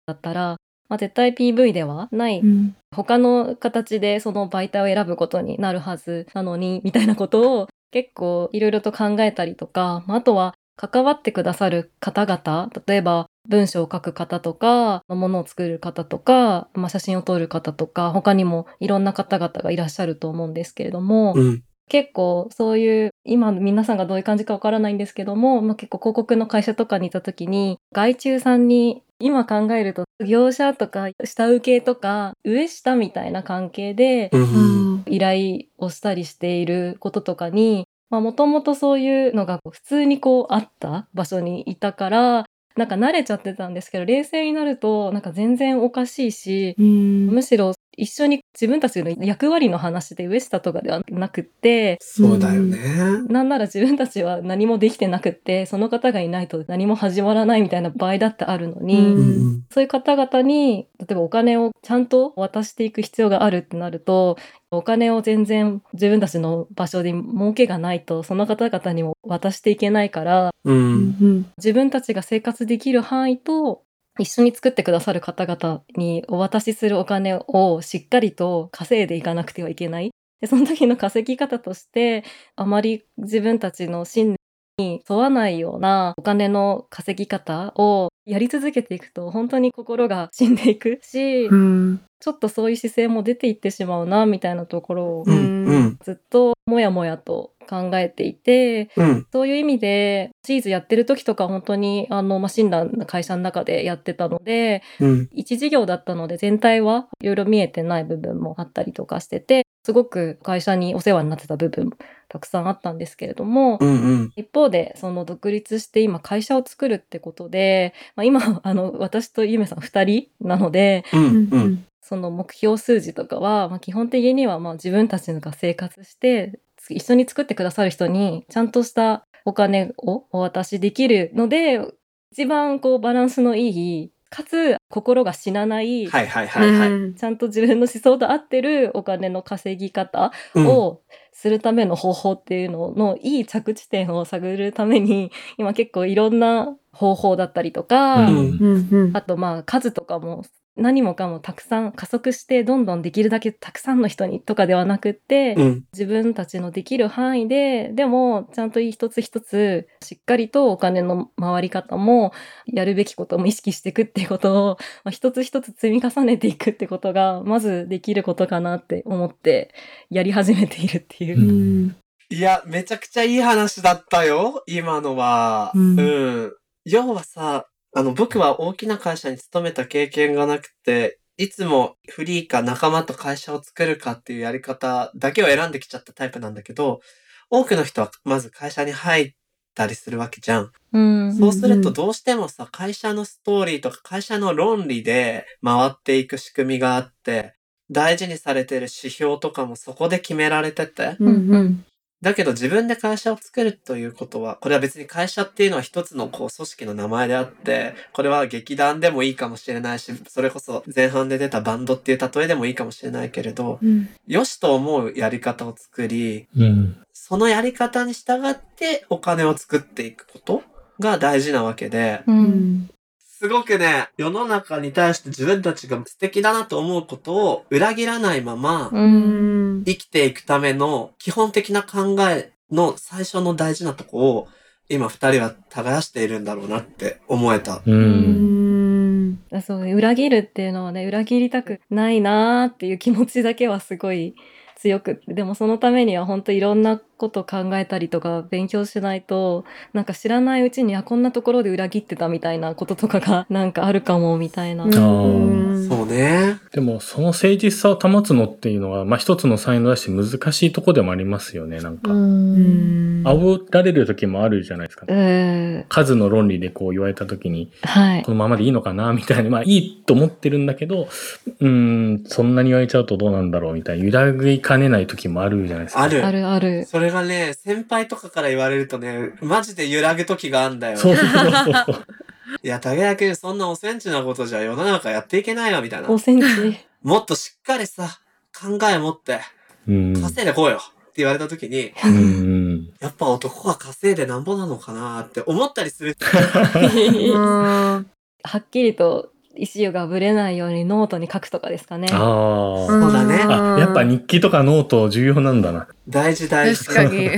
[SPEAKER 5] だったら、まあ、絶対 PV ではない、
[SPEAKER 4] うん。
[SPEAKER 5] 他の形でその媒体を選ぶことになるはずなのにみたいなことを結構いろいろと考えたりとか、まあ、あとは関わってくださる方々例えば文章を書く方とかまあ物を作る方とか、まあ、写真を撮る方とか他にもいろんな方々がいらっしゃると思うんですけれども、
[SPEAKER 1] うん。
[SPEAKER 5] 結構そういう今皆さんがどういう感じかわからないんですけども、まあ、結構広告の会社とかにいた時に外注さんに今考えると業者とか下請けとか上下みたいな関係で
[SPEAKER 1] うん。
[SPEAKER 5] 依頼をしたりしていることとかにもともとそういうのがこう普通にこうあった場所にいたからなんか慣れちゃってたんですけど冷静になるとなんか全然おかしいし
[SPEAKER 4] うん。
[SPEAKER 5] むしろ一緒に自分たちの役割の話で上下とかではなくって
[SPEAKER 1] そうだよね。
[SPEAKER 5] なんなら自分たちは何もできてなくってその方がいないと何も始まらないみたいな場合だってあるのに、
[SPEAKER 4] うん
[SPEAKER 1] うん。
[SPEAKER 5] そういう方々に例えばお金をちゃんと渡していく必要があるってなるとお金を全然自分たちの場所で儲けがないとその方々にも渡していけないから
[SPEAKER 1] う。
[SPEAKER 4] うんん
[SPEAKER 5] 自分たちが生活できる範囲と一緒に作ってくださる方々にお渡しするお金をしっかりと稼いでいかなくてはいけない。でその時の稼ぎ方としてあまり自分たちの信念に沿わないようなお金の稼ぎ方をやり続けていくと本当に心が死んでいくし、
[SPEAKER 4] うん。
[SPEAKER 5] ちょっとそういう姿勢も出ていってしまうなみたいなところを
[SPEAKER 1] うん。うん。
[SPEAKER 5] ずっともやもやと考えていて、
[SPEAKER 1] うん。
[SPEAKER 5] そういう意味で、シーズやってる時とか本当に、あの、まあ、診断の会社の中でやってたので、
[SPEAKER 1] うん。
[SPEAKER 5] 一事業だったので全体はいろいろ見えてない部分もあったりとかしてて、すごく会社にお世話になってた部分たくさんあったんですけれども、
[SPEAKER 1] うん。
[SPEAKER 5] 一方で、その独立して今会社を作るってことで、まあ、今、あの、私とゆめさん二人なので、
[SPEAKER 1] うん。
[SPEAKER 4] うん
[SPEAKER 1] う。
[SPEAKER 4] うんん。
[SPEAKER 5] その目標数字とかは、まあ、基本的にはまあ自分たちが生活してつ一緒に作ってくださる人にちゃんとしたお金をお渡しできるので一番こうバランスのいいかつ心が死なない、
[SPEAKER 1] はいはいはいはい。
[SPEAKER 5] ちゃんと自分の思想と合ってるお金の稼ぎ方
[SPEAKER 1] うん
[SPEAKER 5] をするための方法っていうののいい着地点を探るために今結構いろんな方法だったりとか、
[SPEAKER 1] うん
[SPEAKER 4] うん。
[SPEAKER 5] あとまあ数とかも何もかもたくさん加速してどんどんできるだけたくさんの人にとかではなくって、
[SPEAKER 1] うん。
[SPEAKER 5] 自分たちのできる範囲ででもちゃんと一つ一つしっかりとお金の回り方もやるべきことも意識していくっていうことを、まあ、一つ一つ積み重ねていくってことがまずできることかなって思ってやり始めているっていうう。
[SPEAKER 3] ん
[SPEAKER 1] いや、めちゃくちゃいい話だったよ、今のは。
[SPEAKER 4] うん
[SPEAKER 1] うん。要はさ、あの、僕は大きな会社に勤めた経験がなくて、いつもフリーか仲間と会社を作るかっていうやり方だけを選んできちゃったタイプなんだけど、多くの人はまず会社に入ったりするわけじゃん。
[SPEAKER 5] うん
[SPEAKER 1] そうするとどうしてもさ、会社のストーリーとか会社の論理で回っていく仕組みがあって、大事にされてる指標とかもそこで決められてて、
[SPEAKER 4] うんうん。
[SPEAKER 1] だけど自分で会社を作るということは、これは別に会社っていうのは一つのこう組織の名前であって、これは劇団でもいいかもしれないし、それこそ前半で出たバンドっていう例えでもいいかもしれないけれど、
[SPEAKER 4] うん。
[SPEAKER 1] 良しと思うやり方を作り、
[SPEAKER 3] うん。
[SPEAKER 1] そのやり方に従ってお金を作っていくことが大事なわけで、
[SPEAKER 5] う。
[SPEAKER 4] うんん。
[SPEAKER 1] すごくね、世の中に対して自分たちが素敵だなと思うことを裏切らないまま、
[SPEAKER 5] う。
[SPEAKER 2] うんん。
[SPEAKER 1] 生きていくための基本的な考えの最初の大事なとこを今二人は耕しているんだろうなって思えた。
[SPEAKER 3] う。
[SPEAKER 2] うんん。
[SPEAKER 5] そう、裏切るっていうのはね、裏切りたくないなーっていう気持ちだけはすごい強くって、でもそのためには本当いろんなこと考えたりとか勉強しないと、なんか知らないうちに、あ、こんなところで裏切ってたみたいなこととかが <laughs> なんかあるかもみたいな。
[SPEAKER 2] うん
[SPEAKER 1] そうね。
[SPEAKER 3] でも、その誠実さを保つのっていうのは、まあ一つの才能だし難しいとこでもありますよね、なんか。
[SPEAKER 4] うん。
[SPEAKER 3] 煽られる時もあるじゃないですか
[SPEAKER 5] う。ん。
[SPEAKER 3] 数の論理でこう言われた時に、
[SPEAKER 5] はい
[SPEAKER 3] こ。のままでいいのかなみたいな、まあいいと思ってるんだけど、うーん、そんなに言われちゃうとどうなんだろうみたいな、揺らぐいかねない時もあるじゃないですか。
[SPEAKER 1] ある
[SPEAKER 5] あるある。
[SPEAKER 1] それがね、先輩とかから言われるとね、マジで揺らぐ時があんだよ。
[SPEAKER 3] そうそうそうそう。
[SPEAKER 1] いや、竹田君そんなおセンチなことじゃ世の中やっていけないよ、みたいな。
[SPEAKER 5] 5センチ。
[SPEAKER 1] もっとしっかりさ、考え持って、
[SPEAKER 3] うん。
[SPEAKER 1] 稼いでこうよって言われた時に、
[SPEAKER 3] うん。
[SPEAKER 1] やっぱ男が稼いでなんぼなのかなって思ったりする。
[SPEAKER 2] うん
[SPEAKER 5] はっきりと意思がぶれないようにノートに書くとかですかね。
[SPEAKER 3] あ
[SPEAKER 1] う
[SPEAKER 3] あ。
[SPEAKER 1] だね
[SPEAKER 3] あ、やっぱ日記とかノート重要なんだな。
[SPEAKER 1] 大事大事。
[SPEAKER 2] 確かに。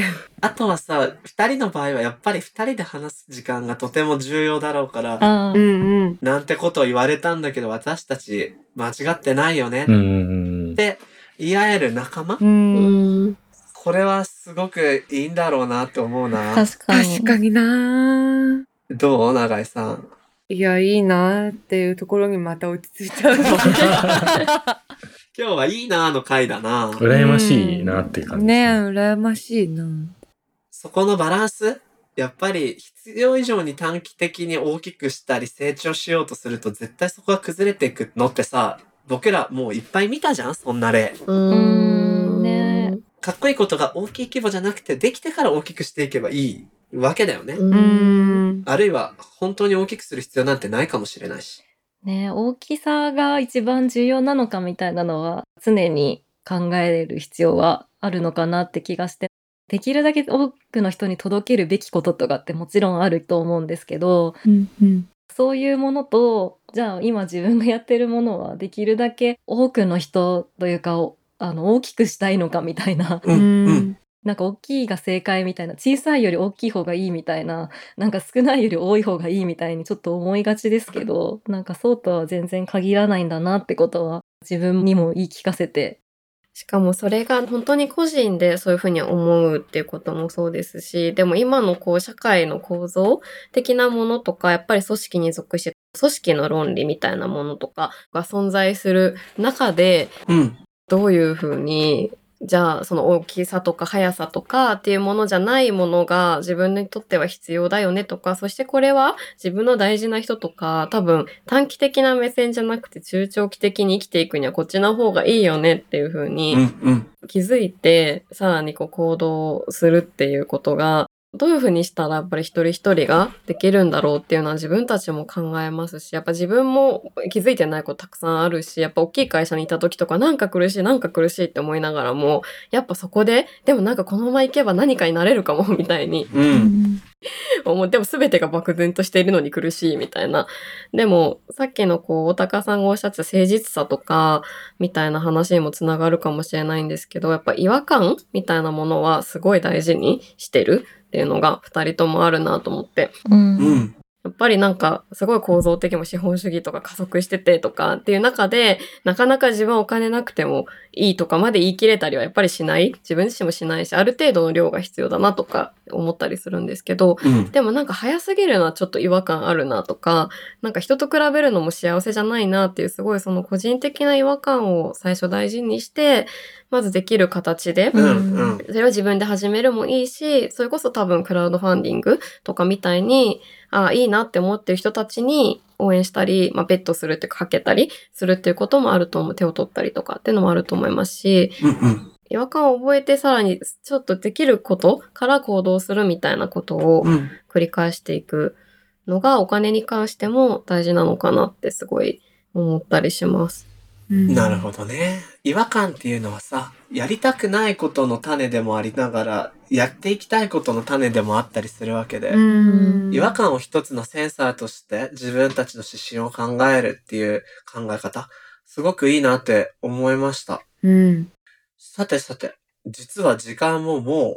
[SPEAKER 1] あとはさ、二人の場合はやっぱり二人で話す時間がとても重要だろうから、
[SPEAKER 5] あ
[SPEAKER 2] うん
[SPEAKER 5] ー
[SPEAKER 2] うん。
[SPEAKER 1] なんてことを言われたんだけど私たち間違ってないよね
[SPEAKER 3] う
[SPEAKER 1] っ
[SPEAKER 3] ん。
[SPEAKER 1] て言い合える仲間
[SPEAKER 2] う。
[SPEAKER 4] うんん。
[SPEAKER 1] これはすごくいいんだろうなって思うな。
[SPEAKER 5] 確かに。
[SPEAKER 2] 確かになぁ
[SPEAKER 1] どう永井さん。
[SPEAKER 2] いや、いいなぁっていうところにまた落ち着いちゃう。
[SPEAKER 1] 今日はいいなーの回だな。
[SPEAKER 3] 羨ましいなっていう感じ
[SPEAKER 2] <laughs>
[SPEAKER 3] です
[SPEAKER 2] ねえ、羨ましいな
[SPEAKER 1] そこのバランスやっぱり必要以上に短期的に大きくしたり成長しようとすると絶対そこが崩れていくのってさ、僕らもういっぱい見たじゃんそんな例。
[SPEAKER 5] んね
[SPEAKER 1] かっこいいことが大きい規模じゃなくて、できてから大きくしていけばいいわけだよね。
[SPEAKER 4] う。
[SPEAKER 2] うんん。
[SPEAKER 1] あるいは、本当に大きくする必要なんてないかもしれないし。
[SPEAKER 5] ね、大きさが一番重要なのかみたいなのは常に考える必要はあるのかなって気がしてできるだけ多くの人に届けるべきこととかってもちろんあると思うんですけど
[SPEAKER 2] うんうん。
[SPEAKER 5] そういうものとじゃあ今自分がやってるものはできるだけ多くの人というかをあの大きくしたいのかみたいな
[SPEAKER 1] う、
[SPEAKER 2] う
[SPEAKER 1] う
[SPEAKER 2] ん
[SPEAKER 1] ん。
[SPEAKER 2] ん。
[SPEAKER 5] なんか大きいが正解みたいな、小さいより大きい方がいいみたいな、なんか少ないより多い方がいいみたいにちょっと思いがちですけど、なんかそうとは全然限らないんだなってことは自分にも言い聞かせて。
[SPEAKER 4] しかもそれが本当に個人でそういうふうに思うっていうこともそうですし、でも今のこう社会の構造的なものとか、やっぱり組織に属して、組織の論理みたいなものとかが存在する中で、
[SPEAKER 1] うん。
[SPEAKER 4] どういうふうに、じゃあその大きさとか速さとかっていうものじゃないものが自分にとっては必要だよねとか、そしてこれは自分の大事な人とか、多分短期的な目線じゃなくて中長期的に生きていくにはこっちの方がいいよねっていうふうに、
[SPEAKER 1] うん。
[SPEAKER 4] 気づいて、さらにこう行動するっていうことが、どういうふうにしたらやっぱり一人一人ができるんだろうっていうのは自分たちも考えますし、やっぱ自分も気づいてないことたくさんあるし、やっぱ大きい会社にいた時とかなんか苦しい、なんか苦しいって思いながらも、やっぱそこで、でもなんかこのまま行けば何かになれるかもみたいに
[SPEAKER 1] うん。
[SPEAKER 4] 思っても全てが漠然としているのに苦しいみたいな。でも、さっきのこう、おたかさんがおっしゃってた誠実さとか、みたいな話にもつながるかもしれないんですけど、やっぱ違和感みたいなものはすごい大事にしてるっていうのが二人ともあるなと思って。
[SPEAKER 5] うん
[SPEAKER 1] うん。
[SPEAKER 4] やっぱりなんか、すごい構造的にも資本主義とか加速しててとかっていう中で、なかなか自分はお金なくてもいいとかまで言い切れたりはやっぱりしない。自分自身もしないし、ある程度の量が必要だなとか思ったりするんですけど、
[SPEAKER 1] うん。
[SPEAKER 4] でもなんか早すぎるのはちょっと違和感あるなとか、なんか人と比べるのも幸せじゃないなっていうすごいその個人的な違和感を最初大事にして、まずできる形で、
[SPEAKER 1] うん。うん。
[SPEAKER 4] それを自分で始めるもいいし、それこそ多分クラウドファンディングとかみたいに、ああ、いいなって思ってる人たちに応援したり、まあ、ベッドするっていうか、かけたりするっていうこともあると思う。手を取ったりとかっていうのもあると思いますし、
[SPEAKER 1] うん。
[SPEAKER 4] 違和感を覚えてさらにちょっとできることから行動するみたいなことを
[SPEAKER 1] うん。
[SPEAKER 4] 繰り返していくのがお金に関しても大事なのかなってすごい思ったりします。
[SPEAKER 1] なるほどね。違和感っていうのはさ、やりたくないことの種でもありながら、やっていきたいことの種でもあったりするわけで、
[SPEAKER 2] うん。
[SPEAKER 1] 違和感を一つのセンサーとして自分たちの指針を考えるっていう考え方、すごくいいなって思いました。
[SPEAKER 2] うん。
[SPEAKER 1] さてさて、実は時間ももう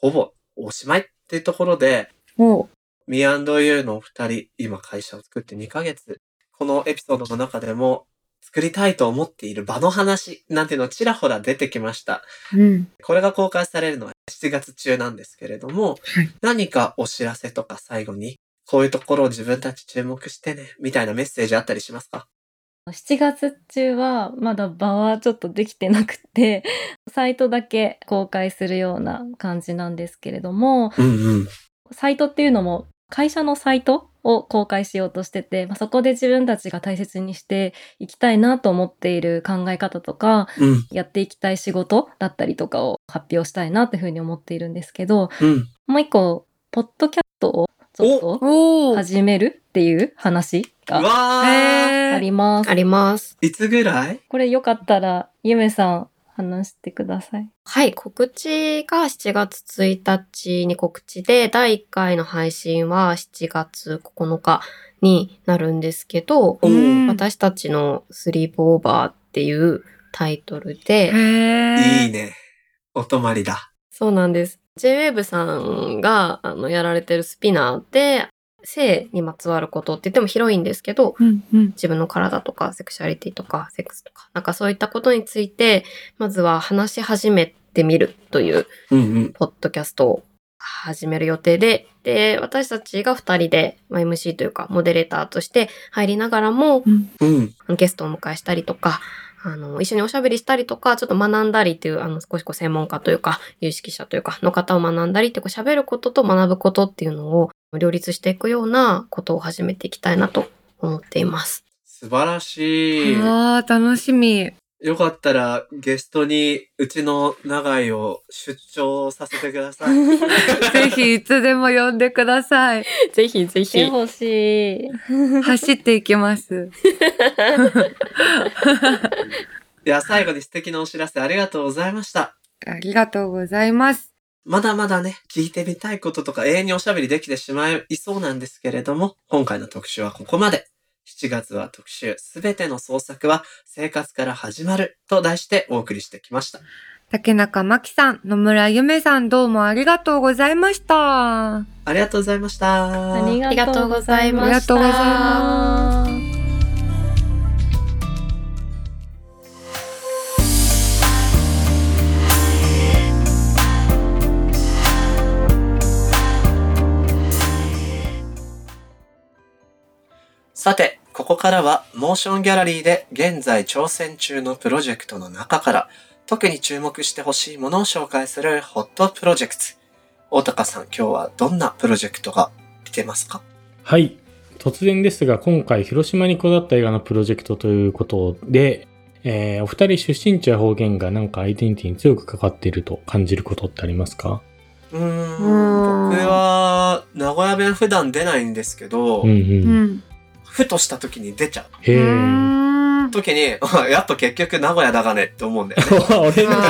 [SPEAKER 1] ほぼおしまいっていうところで、
[SPEAKER 2] おう。
[SPEAKER 1] ミアンドユーのお二人、今会社を作って2ヶ月、このエピソードの中でも作りたいと思っている場の話なんていうのちらほら出てきました。
[SPEAKER 2] うん。
[SPEAKER 1] これが公開されるのは7月中なんですけれども、
[SPEAKER 2] はい
[SPEAKER 1] 何かお知らせとか最後に、こういうところを自分たち注目してね、みたいなメッセージあったりしますか
[SPEAKER 5] 7月中はまだ場はちょっとできてなくて、サイトだけ公開するような感じなんですけれども、
[SPEAKER 1] うんうん。
[SPEAKER 5] サイトっていうのも会社のサイトを公開しようとしてて、まあ、そこで自分たちが大切にしていきたいなと思っている考え方とか、
[SPEAKER 1] うん、
[SPEAKER 5] やっていきたい仕事だったりとかを発表したいなというふうに思っているんですけど、
[SPEAKER 1] うん。
[SPEAKER 5] もう一個、ポッドキャットをちょっと
[SPEAKER 2] おう。
[SPEAKER 5] 始めるっていう話
[SPEAKER 1] う
[SPEAKER 5] が
[SPEAKER 1] わー、
[SPEAKER 5] あ
[SPEAKER 2] へえ。
[SPEAKER 5] ります
[SPEAKER 4] あ。ります。
[SPEAKER 1] いつぐらい
[SPEAKER 5] これよかったら、ゆめさん話してください。
[SPEAKER 4] はい、告知が7月1日に告知で、第1回の配信は7月9日になるんですけど、
[SPEAKER 1] おう
[SPEAKER 2] うん
[SPEAKER 4] 私たちのスリープオーバーっていうタイトルで、
[SPEAKER 2] へ
[SPEAKER 1] いい
[SPEAKER 2] え。
[SPEAKER 1] ね。お泊まりだ。
[SPEAKER 4] そうなんです。JWAVE さんがあのやられてるスピナーで、性にまつわることって言っても広いんですけど、
[SPEAKER 2] うんうん。
[SPEAKER 4] 自分の体とかセクシュアリティとかセックスとか、なんかそういったことについて、まずは話し始めてみるという
[SPEAKER 1] うんうん。
[SPEAKER 4] ポッドキャストを始める予定で、で、私たちが2人で、まあ MC というか、モデレーターとして入りながらも、
[SPEAKER 1] うん。
[SPEAKER 4] ゲストをお迎えしたりとか、あの、一緒におしゃべりしたりとか、ちょっと学んだりという、あの、少しこう専門家というか、有識者というか、の方を学んだりって、こう喋ることと学ぶことっていうのを両立していくようなことを始めていきたいなと思っています。
[SPEAKER 1] 素晴らしい。
[SPEAKER 2] ああ、楽しみ。
[SPEAKER 1] よかったらゲストにうちの長井を出張させてくださ <laughs> い。
[SPEAKER 2] ぜひいつでも呼んでくだ <laughs> さい。
[SPEAKER 4] <laughs> ぜひぜ
[SPEAKER 5] 来てほしい。
[SPEAKER 2] 走っていきます。
[SPEAKER 1] では最後に素敵なお知らせありがとうございました。
[SPEAKER 2] ありがとうございます。
[SPEAKER 1] まだまだね、聞いてみたいこととか永遠におしゃべりできてしまいそうなんですけれども、今回の特集はここまで。7月は特集、すべての創作は生活から始まると題してお送りしてきました。
[SPEAKER 2] 竹中真紀さん、野村ゆめさん、どうもありがとうございました。
[SPEAKER 1] ありがとうございました。
[SPEAKER 5] あ。
[SPEAKER 4] ありがとうございました。
[SPEAKER 2] ありがとうございます
[SPEAKER 1] さて、ここからは、モーションギャラリーで現在挑戦中のプロジェクトの中から、特に注目してほしいものを紹介するホットプロジェクト。大高さん、今日はどんなプロジェクトが来てますか
[SPEAKER 3] はい。突然ですが、今回、広島にこだわった映画のプロジェクトということで、えーお二人出身地や方言がなんかアイデンティティに強くかかっていると感じることってありますか
[SPEAKER 1] うーん
[SPEAKER 2] うーん
[SPEAKER 1] 僕は、名古屋弁普段出ないんですけど、
[SPEAKER 3] うん
[SPEAKER 2] う
[SPEAKER 3] うん。
[SPEAKER 2] ん。
[SPEAKER 1] ふとした時に出ちゃう。
[SPEAKER 3] へえ。
[SPEAKER 2] うーん
[SPEAKER 1] 時に、 <laughs> やっぱ結局名古屋だがねって思うんだよね。
[SPEAKER 3] <laughs> 俺なんか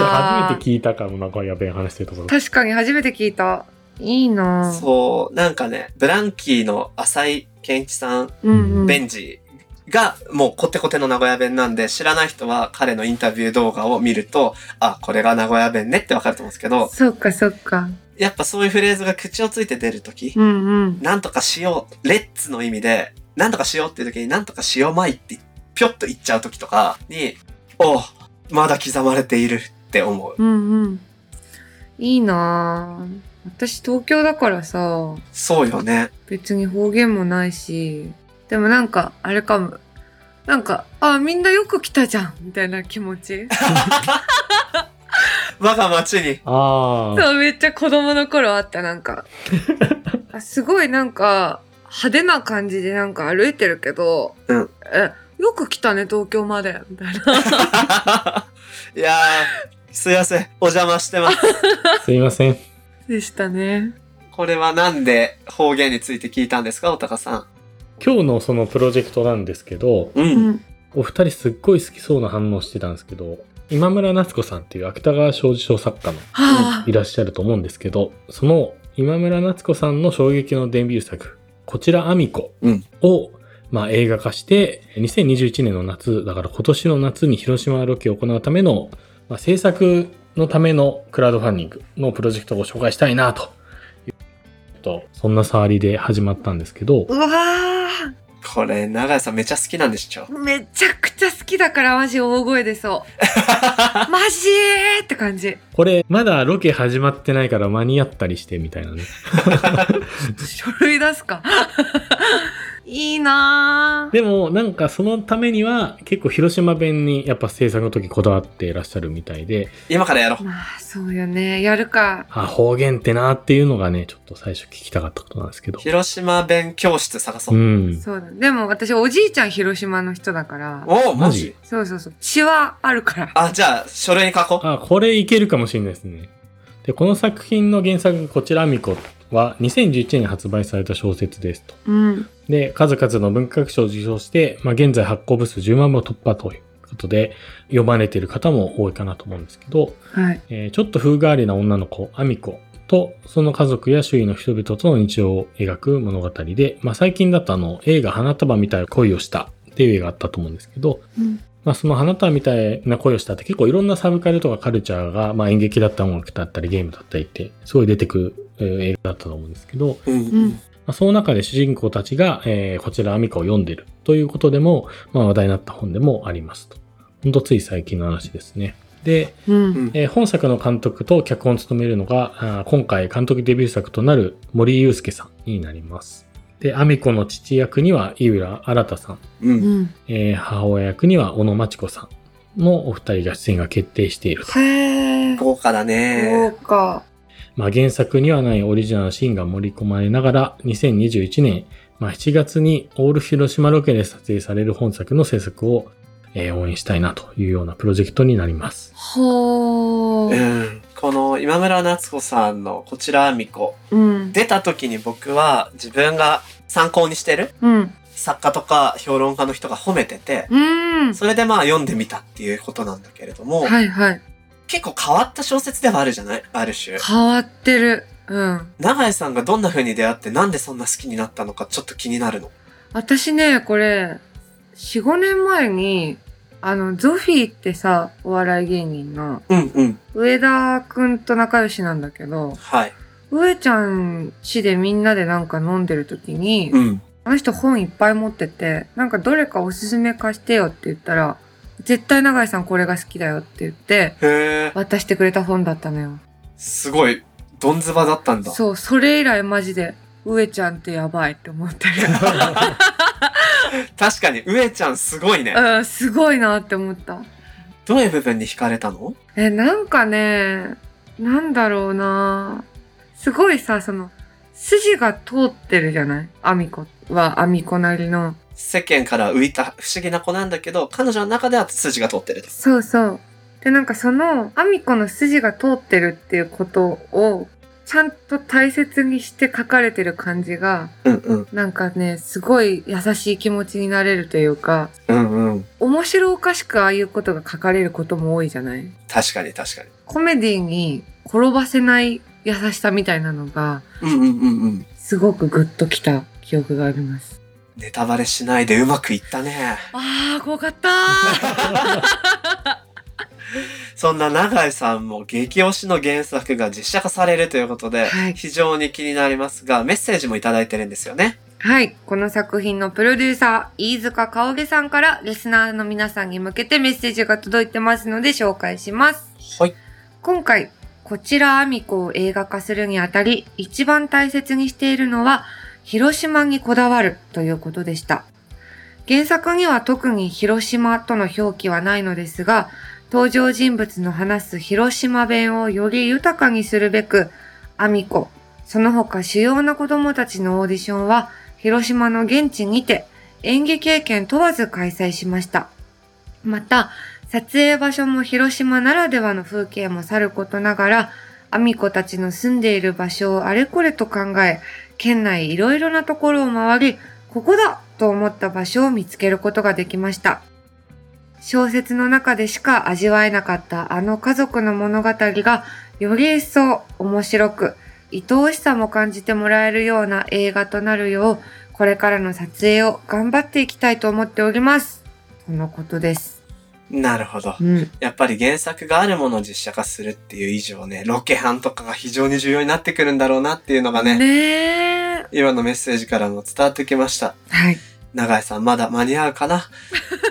[SPEAKER 3] 初めて聞いたかも、なんかやべえ話してるところ。
[SPEAKER 2] 確かに初めて聞いた。いいなぁ
[SPEAKER 1] そう、なんかね、ブランキーの浅井健一さん
[SPEAKER 2] うんうん。
[SPEAKER 1] ベンジがもうコテコテの名古屋弁なんで知らない人は彼のインタビュー動画を見るとあこれが名古屋弁ねってわかると思うんですけど
[SPEAKER 2] そっかそっか。
[SPEAKER 1] やっぱそういうフレーズが口をついて出る時
[SPEAKER 2] うんうん。
[SPEAKER 1] なんとかしようレッツの意味でなんとかしようっていう時になんとかしようまいってぴょっと言っちゃう時とかにおうまだ刻まれているって思う
[SPEAKER 2] うんうん。いいなぁ私東京だからさ、
[SPEAKER 1] そうよね
[SPEAKER 2] 別に方言もないし、でもなんか、あれかも。なんか、あ、みんなよく来たじゃんみたいな気持ち。
[SPEAKER 1] 我が町に <laughs>
[SPEAKER 3] ああ。
[SPEAKER 2] そう、めっちゃ子供の頃あった、なんか。あすごいなんか、派手な感じでなんか歩いてるけど、
[SPEAKER 1] うん
[SPEAKER 2] え、よく来たね、東京まで、みたいな。
[SPEAKER 1] いやすいません。お邪魔してます。
[SPEAKER 3] すいません。
[SPEAKER 2] でしたね。
[SPEAKER 1] これはなんで方言について聞いたんですか、おたかさ
[SPEAKER 3] 今日のそのプロジェクトなんですけど、
[SPEAKER 1] ん。う
[SPEAKER 2] う。ん。
[SPEAKER 3] お二人すっごい好きそうな反応してたんですけど、今村夏子さんっていう芥川小事賞作家の
[SPEAKER 2] はあ
[SPEAKER 3] い。らっしゃると思うんですけど、その今村夏子さんの衝撃のデビュー作、こちらアミコ
[SPEAKER 1] うん
[SPEAKER 3] を、まあ、映画化して、2021年の夏、だから今年の夏に広島ロケを行うための、まあ、制作のためのクラウドファンディングのプロジェクトをご紹介したいなと。とそんな触りで始まったんですけど、
[SPEAKER 2] うわあ。
[SPEAKER 1] これ、長屋さんめちゃ好きなんでしょ
[SPEAKER 2] めちゃくちゃ好きだからマジ大声出そう。マジーって感じ。
[SPEAKER 3] これまだロケ始まってないから間に合ったりしてみたいなね。
[SPEAKER 2] 書類出すか。いいなー
[SPEAKER 3] でもなんかそのためには結構広島弁にやっぱ制作の時こだわっていらっしゃるみたいで、
[SPEAKER 1] 今からやろう。
[SPEAKER 2] まあそうよね。やるか。
[SPEAKER 3] あ、方言ってなっていうのがね、ちょっと最初聞きたかったことなんですけど。
[SPEAKER 1] 広島弁教室探そうう。
[SPEAKER 3] ん。
[SPEAKER 2] そうだ。でも私おじいちゃん広島の人だから。
[SPEAKER 1] おお、マ
[SPEAKER 3] マ
[SPEAKER 1] ジ
[SPEAKER 3] ジ
[SPEAKER 2] そうそうそう。血はあるから。
[SPEAKER 1] あ、じゃあ、書類に書こう。
[SPEAKER 3] あ、これいけるかもしれないですね。で、この作品の原作、こちら、アミコは2011年に発売された小説ですと。
[SPEAKER 2] うん。
[SPEAKER 3] で、数々の文化学賞を受賞して、まあ、現在発行部数10万部を突破ということで、読まれている方も多いかなと思うんですけど、
[SPEAKER 2] はい。
[SPEAKER 3] えーちょっと風変わりな女の子、アミコと、その家族や周囲の人々との日常を描く物語で、まあ最近だとあの、映画花束みたいな恋をしたっていう映画あったと思うんですけど、
[SPEAKER 2] うん
[SPEAKER 3] まあその花束みたいな恋をしたって結構いろんなサブカルとかカルチャーが、まあ演劇だったり音楽だったりゲームだったりって、すごい出てくるえー映画だったと思うんですけど、
[SPEAKER 1] う
[SPEAKER 2] うんん。
[SPEAKER 3] まあ、その中で主人公たちが、えーこちらアミカを読んでるということでも、まあ、話題になった本でもありますと。ほんとつい最近の話ですね。で、
[SPEAKER 2] うん。
[SPEAKER 3] えー本作の監督と脚本を務めるのが、あー今回監督デビュー作となる森祐介さんになります。で、アミコの父役には井浦新さん、
[SPEAKER 1] う。
[SPEAKER 2] うんん。
[SPEAKER 3] えー母親役には小野真知子さんのお二人が出演が決定していると。
[SPEAKER 2] へー。
[SPEAKER 1] 豪華だ
[SPEAKER 2] そう
[SPEAKER 1] ね。
[SPEAKER 2] か。
[SPEAKER 3] まあ、原作にはないオリジナルのシーンが盛り込まれながら、2021年、まあ、7月にオール広島ロケで撮影される本作の制作を、えー応援したいなというようなプロジェクトになります。
[SPEAKER 2] ほ
[SPEAKER 1] う
[SPEAKER 2] ー。
[SPEAKER 1] ん。この今村夏子さんのこちら、みこ。
[SPEAKER 2] うん。
[SPEAKER 1] 出た時に僕は自分が参考にしてる
[SPEAKER 2] うん。
[SPEAKER 1] 作家とか評論家の人が褒めてて、
[SPEAKER 2] うん。
[SPEAKER 1] それでまあ読んでみたっていうことなんだけれども、
[SPEAKER 2] はいはい。
[SPEAKER 1] 結構変わった小説ではあるじゃないある種。
[SPEAKER 2] 変わってる。うん。
[SPEAKER 1] 長井さんがどんな風に出会ってなんでそんな好きになったのかちょっと気になるの。
[SPEAKER 2] 私ね、これ、4、5年前に、あの、ゾフィーってさ、お笑い芸人の、
[SPEAKER 1] うんうん。
[SPEAKER 2] 上田くんと仲良しなんだけど、
[SPEAKER 1] はい。
[SPEAKER 2] 上ちゃん家でみんなでなんか飲んでる時に、
[SPEAKER 1] うん。
[SPEAKER 2] あの人本いっぱい持ってて、なんかどれかおすすめ貸してよって言ったら、絶対永井さんこれが好きだよって言って、
[SPEAKER 1] へえ。
[SPEAKER 2] 渡してくれた本だったのよ。
[SPEAKER 1] すごい、どんずばだったんだ。
[SPEAKER 2] そう、それ以来マジで、上ちゃんってやばいって思 <laughs> ってる。
[SPEAKER 1] 確かに、上ちゃんすごいね。
[SPEAKER 2] うん、すごいなって思った。
[SPEAKER 1] どういう部分に惹かれたの
[SPEAKER 2] え、なんかね、なんだろうなすごいさ、その、筋が通ってるじゃないアミコは、アミコなりの。
[SPEAKER 1] 世間から浮いた不思議な子なんだけど、彼女の中では筋が通ってると。
[SPEAKER 2] そうそう。で、なんかその、アミコの筋が通ってるっていうことを、ちゃんと大切にして書かれてる感じが、
[SPEAKER 1] うんうん。
[SPEAKER 2] なんかね、すごい優しい気持ちになれるというか、
[SPEAKER 1] うんうん。
[SPEAKER 2] 面白おかしくああいうことが書かれることも多いじゃない
[SPEAKER 1] 確かに確かに。
[SPEAKER 2] コメディに転ばせない優しさみたいなのが、
[SPEAKER 1] うんうんうんうん。
[SPEAKER 2] すごくグッときた記憶があります。
[SPEAKER 1] ネタバレしないでうまくいったね。
[SPEAKER 2] あー、怖かったー
[SPEAKER 1] そんな永井さんも激推しの原作が実写化されるということで、
[SPEAKER 2] はい
[SPEAKER 1] 非常に気になりますが、メッセージもいただいてるんですよね。
[SPEAKER 2] はい。この作品のプロデューサー、飯塚かおげさんから、リスナーの皆さんに向けてメッセージが届いてますので紹介します。
[SPEAKER 1] はい。
[SPEAKER 2] 今回、こちらアミコを映画化するにあたり、一番大切にしているのは、広島にこだわるということでした。原作には特に広島との表記はないのですが、登場人物の話す広島弁をより豊かにするべく、アミコ、その他主要な子供たちのオーディションは、広島の現地にて演技経験問わず開催しました。また、撮影場所も広島ならではの風景もさることながら、アミコたちの住んでいる場所をあれこれと考え、県内いろいろなところを回り、ここだと思った場所を見つけることができました。小説の中でしか味わえなかったあの家族の物語が、より一層面白く、愛おしさも感じてもらえるような映画となるよう、これからの撮影を頑張っていきたいと思っております。とのことです。
[SPEAKER 1] なるほど。
[SPEAKER 2] うん。
[SPEAKER 1] やっぱり原作があるものを実写化するっていう以上ね、ロケハンとかが非常に重要になってくるんだろうなっていうのがね、
[SPEAKER 2] ねえ。
[SPEAKER 1] 今のメッセージからも伝わってきました。
[SPEAKER 2] はい。
[SPEAKER 1] 永井さんまだ間に合うかな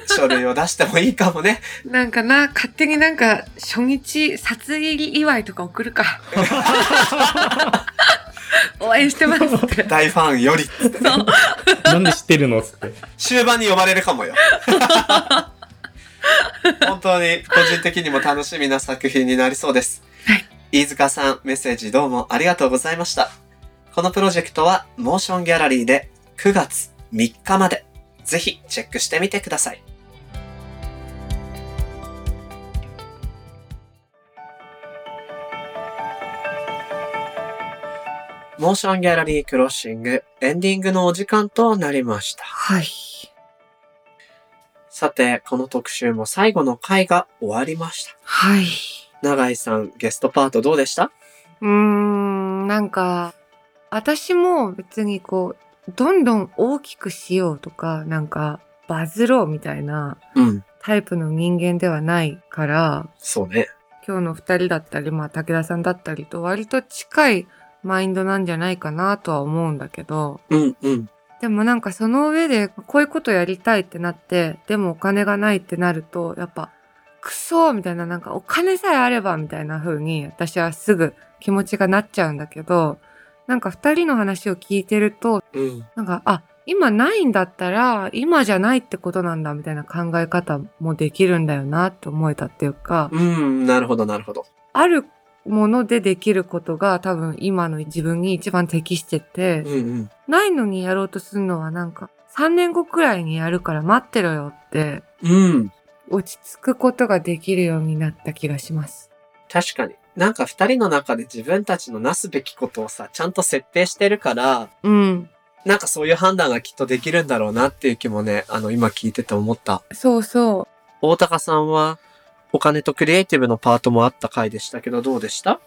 [SPEAKER 1] <laughs> 書類を出してもいいかもね。
[SPEAKER 2] なんかな、勝手になんか、初日、札入り祝いとか送 <laughs> るか。応援してますって。
[SPEAKER 1] 大ファンより。
[SPEAKER 2] そう。
[SPEAKER 3] <laughs> なんで知ってるのつって。
[SPEAKER 1] 終盤に呼ばれるかもよ。 <laughs> 本当に個人的にも楽しみな作品になりそうです。
[SPEAKER 2] はい
[SPEAKER 1] 飯塚さん、メッセージどうもありがとうございました。このプロジェクトはモーションギャラリーで9月3日まで、ぜひチェックしてみてください。モーションギャラリークロッシングエンディングのお時間となりました。
[SPEAKER 2] はい。
[SPEAKER 1] さて、この特集も最後の回が終わりました。
[SPEAKER 2] はい。
[SPEAKER 1] 永井さん、ゲストパートどうでした
[SPEAKER 2] うーん、なんか、私も別にこう、どんどん大きくしようとか、なんか、バズろうみたいな
[SPEAKER 1] うん。
[SPEAKER 2] タイプの人間ではないから、
[SPEAKER 1] そうね。
[SPEAKER 2] 今日の二人だったり、まあ、武田さんだったりと割と近いマインドなんじゃないかなとは思うんだけど、
[SPEAKER 1] うんうん。
[SPEAKER 2] でもなんかその上で、こういうことやりたいってなって、でもお金がないってなると、やっぱ、クソみたいな、なんかお金さえあればみたいな風に、私はすぐ気持ちがなっちゃうんだけど、なんか二人の話を聞いてると、
[SPEAKER 1] うん。
[SPEAKER 2] なんか、あ、今ないんだったら、今じゃないってことなんだみたいな考え方もできるんだよなって思えたっていうか、
[SPEAKER 1] うん、なるほど、なるほど。
[SPEAKER 2] あるものでできることが多分今の自分に一番適してて、
[SPEAKER 1] うんうん。
[SPEAKER 2] ないのにやろうとするのはなんか3年後くらいにやるから待ってろよって
[SPEAKER 1] うん。
[SPEAKER 2] 落ち着くことができるようになった気がします。
[SPEAKER 1] 確かに。なんか二人の中で自分たちのなすべきことをさ、ちゃんと設定してるから、
[SPEAKER 2] うん。
[SPEAKER 1] なんかそういう判断がきっとできるんだろうなっていう気もね、あの、今聞いてて思った。
[SPEAKER 2] そうそ
[SPEAKER 1] 大高さんは、お金とクリエイティブのパートもあった回でしたけど、どうでした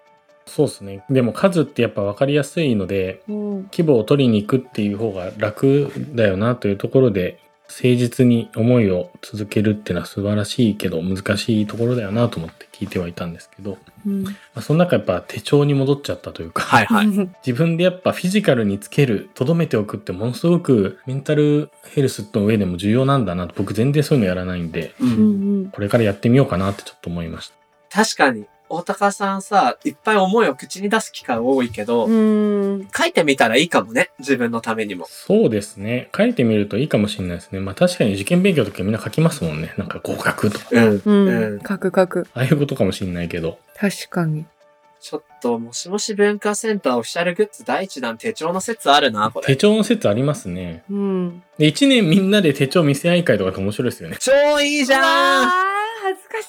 [SPEAKER 3] そうですね。でも数ってやっぱ分かりやすいので、
[SPEAKER 4] うん
[SPEAKER 3] 規模を取りに行くっていう方が楽だよなというところで、誠実に思いを続けるっていうのは素晴らしいけど、難しいところだよなと思って聞いてはいたんですけど、
[SPEAKER 2] う。
[SPEAKER 3] ま
[SPEAKER 2] うん。
[SPEAKER 3] あ、その中やっぱ手帳に戻っちゃったというか、
[SPEAKER 1] いはい。
[SPEAKER 3] 自分でやっぱフィジカルにつける、とどめておくってものすごくメンタルヘルスの上でも重要なんだなと、僕全然そういうのやらないんで、
[SPEAKER 1] う。
[SPEAKER 4] うんん
[SPEAKER 3] これからやってみようかなってちょっと思いました。
[SPEAKER 1] 確かに、大高さんさ、いっぱい思いを口に出す機会多いけど、
[SPEAKER 4] うん
[SPEAKER 1] 書いてみたらいいかもね。自分のためにも。
[SPEAKER 3] そうですね。書いてみるといいかもしれないですね。まあ確かに受験勉強とかみんな書きますもんね。なんか合格とか。
[SPEAKER 1] うん。
[SPEAKER 4] うん
[SPEAKER 1] うん。
[SPEAKER 2] カクカク。
[SPEAKER 3] ああいうことかもしれないけど。
[SPEAKER 2] 確かに。
[SPEAKER 1] ちょっと、もしもし文化センターオフィシャルグッズ第一弾手帳の説あるな、こ
[SPEAKER 3] 手
[SPEAKER 1] れ。。
[SPEAKER 3] 帳の説ありますね。
[SPEAKER 2] うん。
[SPEAKER 3] で、一年みんなで手帳見せ合い会とかって面白いですよね <laughs>
[SPEAKER 1] 超いいじゃん
[SPEAKER 2] 恥ずかしい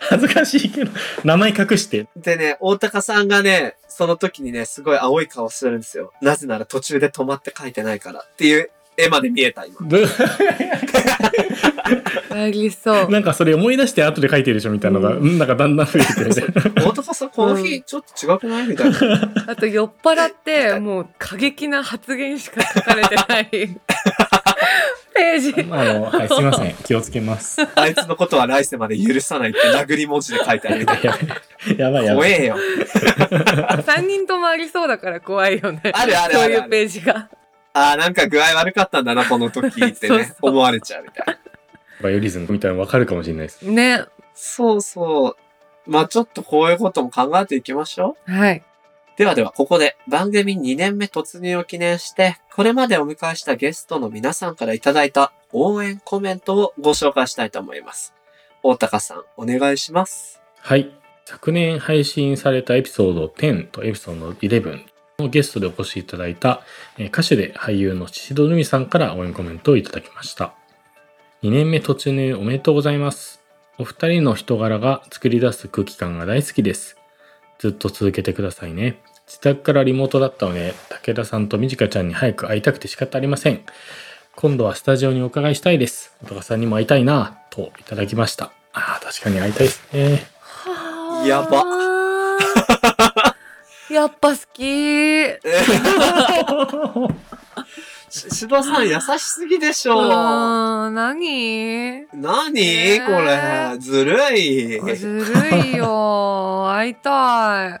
[SPEAKER 3] 恥ずかしいけど、名前隠して。 <laughs>
[SPEAKER 1] でね、大高さんがね、その時にね、すごい青い顔するんですよ。なぜなら途中で止まって書いてないからっていう絵まで見えた、今。
[SPEAKER 3] ど
[SPEAKER 2] なでも。ありそう。
[SPEAKER 3] なんかそれ思い出して後で書いてるでしょみたいなのが、
[SPEAKER 2] う
[SPEAKER 3] うん、なんかだんだん増えてくる
[SPEAKER 1] <laughs>
[SPEAKER 3] みたいな。
[SPEAKER 1] 大高さん、この
[SPEAKER 2] う
[SPEAKER 1] 日、ちょっと違くないみたいな。
[SPEAKER 2] あと酔っ払って、もう過激な発言しか書かれてない
[SPEAKER 1] <laughs>
[SPEAKER 2] ページ。
[SPEAKER 3] まあ、あの、はい、すいません。気をつけ
[SPEAKER 1] <laughs>
[SPEAKER 3] ます。
[SPEAKER 1] あいつのことは来世まで許さないって殴り文字で書いてあるみた <laughs> い
[SPEAKER 3] やば
[SPEAKER 1] な。
[SPEAKER 3] い、やばい、やば
[SPEAKER 1] 怖
[SPEAKER 3] い。
[SPEAKER 1] えよ。
[SPEAKER 2] 3人ともありそうだから怖いよね。
[SPEAKER 1] あるあるあるある
[SPEAKER 2] そういうページが。
[SPEAKER 1] ああ、なんか具合悪かったんだな、この時ってね、
[SPEAKER 2] <laughs> そうそう
[SPEAKER 1] 思われちゃうみたいな。
[SPEAKER 3] バイオリズムみたいなの分かるかもしれないです。
[SPEAKER 2] ね。
[SPEAKER 1] そうそう。まあちょっとこういうことも考えていきましょう。
[SPEAKER 2] はい。
[SPEAKER 1] ではでは、ここで番組2年目突入を記念して、これまでお迎えしたゲストの皆さんからいただいた応援コメントをご紹介したいと思います。大高さん、お願いし
[SPEAKER 2] <laughs>
[SPEAKER 1] ます。
[SPEAKER 3] はい。昨年配信されたエピソード10とエピソード11のゲストでお越しいただいたえー歌手で俳優の宍戸留美さんから応援コメントをいただきました。2年目突入おめでとうございます。お二人の人柄が作り出す空気感が大好きです。ずっと続けてくださいね。自宅からリモートだったので、武田さんとみじかちゃんに早く会いたくて仕方ありません。今度はスタジオにお伺いしたいです。お高さんにも会いたいなぁ、といただきました。ああ、確かに会いたいですね。
[SPEAKER 2] は
[SPEAKER 1] やば
[SPEAKER 2] ば。やっぱ好き。
[SPEAKER 1] し柴さん優しすぎでしょ。
[SPEAKER 2] <laughs> うん、何
[SPEAKER 1] 何こ
[SPEAKER 2] ねえ
[SPEAKER 1] れ。ずるい。
[SPEAKER 2] ずるいよ。会いたい。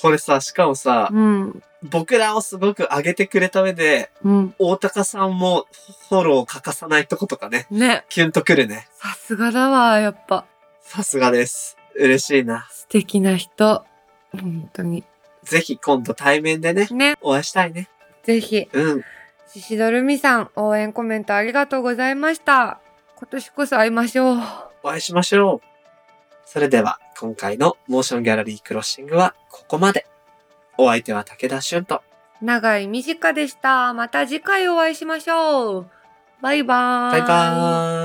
[SPEAKER 1] これさ、しかもさ、
[SPEAKER 2] うん。
[SPEAKER 1] 僕らをすごく上げてくれた上で、
[SPEAKER 2] うん。
[SPEAKER 1] 大高さんもフォロー欠かさないとことかね。
[SPEAKER 2] ね。
[SPEAKER 1] キュンとくるね。
[SPEAKER 2] さすがだわ、やっぱ。
[SPEAKER 1] さすがです。嬉しいな。
[SPEAKER 2] 素敵な人。本当に。
[SPEAKER 1] ぜひ今度対面でね、
[SPEAKER 2] ね。
[SPEAKER 1] お会いしたいね。
[SPEAKER 2] ぜひ、
[SPEAKER 1] うん。
[SPEAKER 2] ししどるみさん、応援コメントありがとうございました。今年こそ会いましょう。
[SPEAKER 1] お会いしましょう。それでは、今回のモーションギャラリークロッシングはここまで。お相手は武田俊と、
[SPEAKER 2] 長い短でした。また次回お会いしましょう。バイバー
[SPEAKER 1] バイバーイ。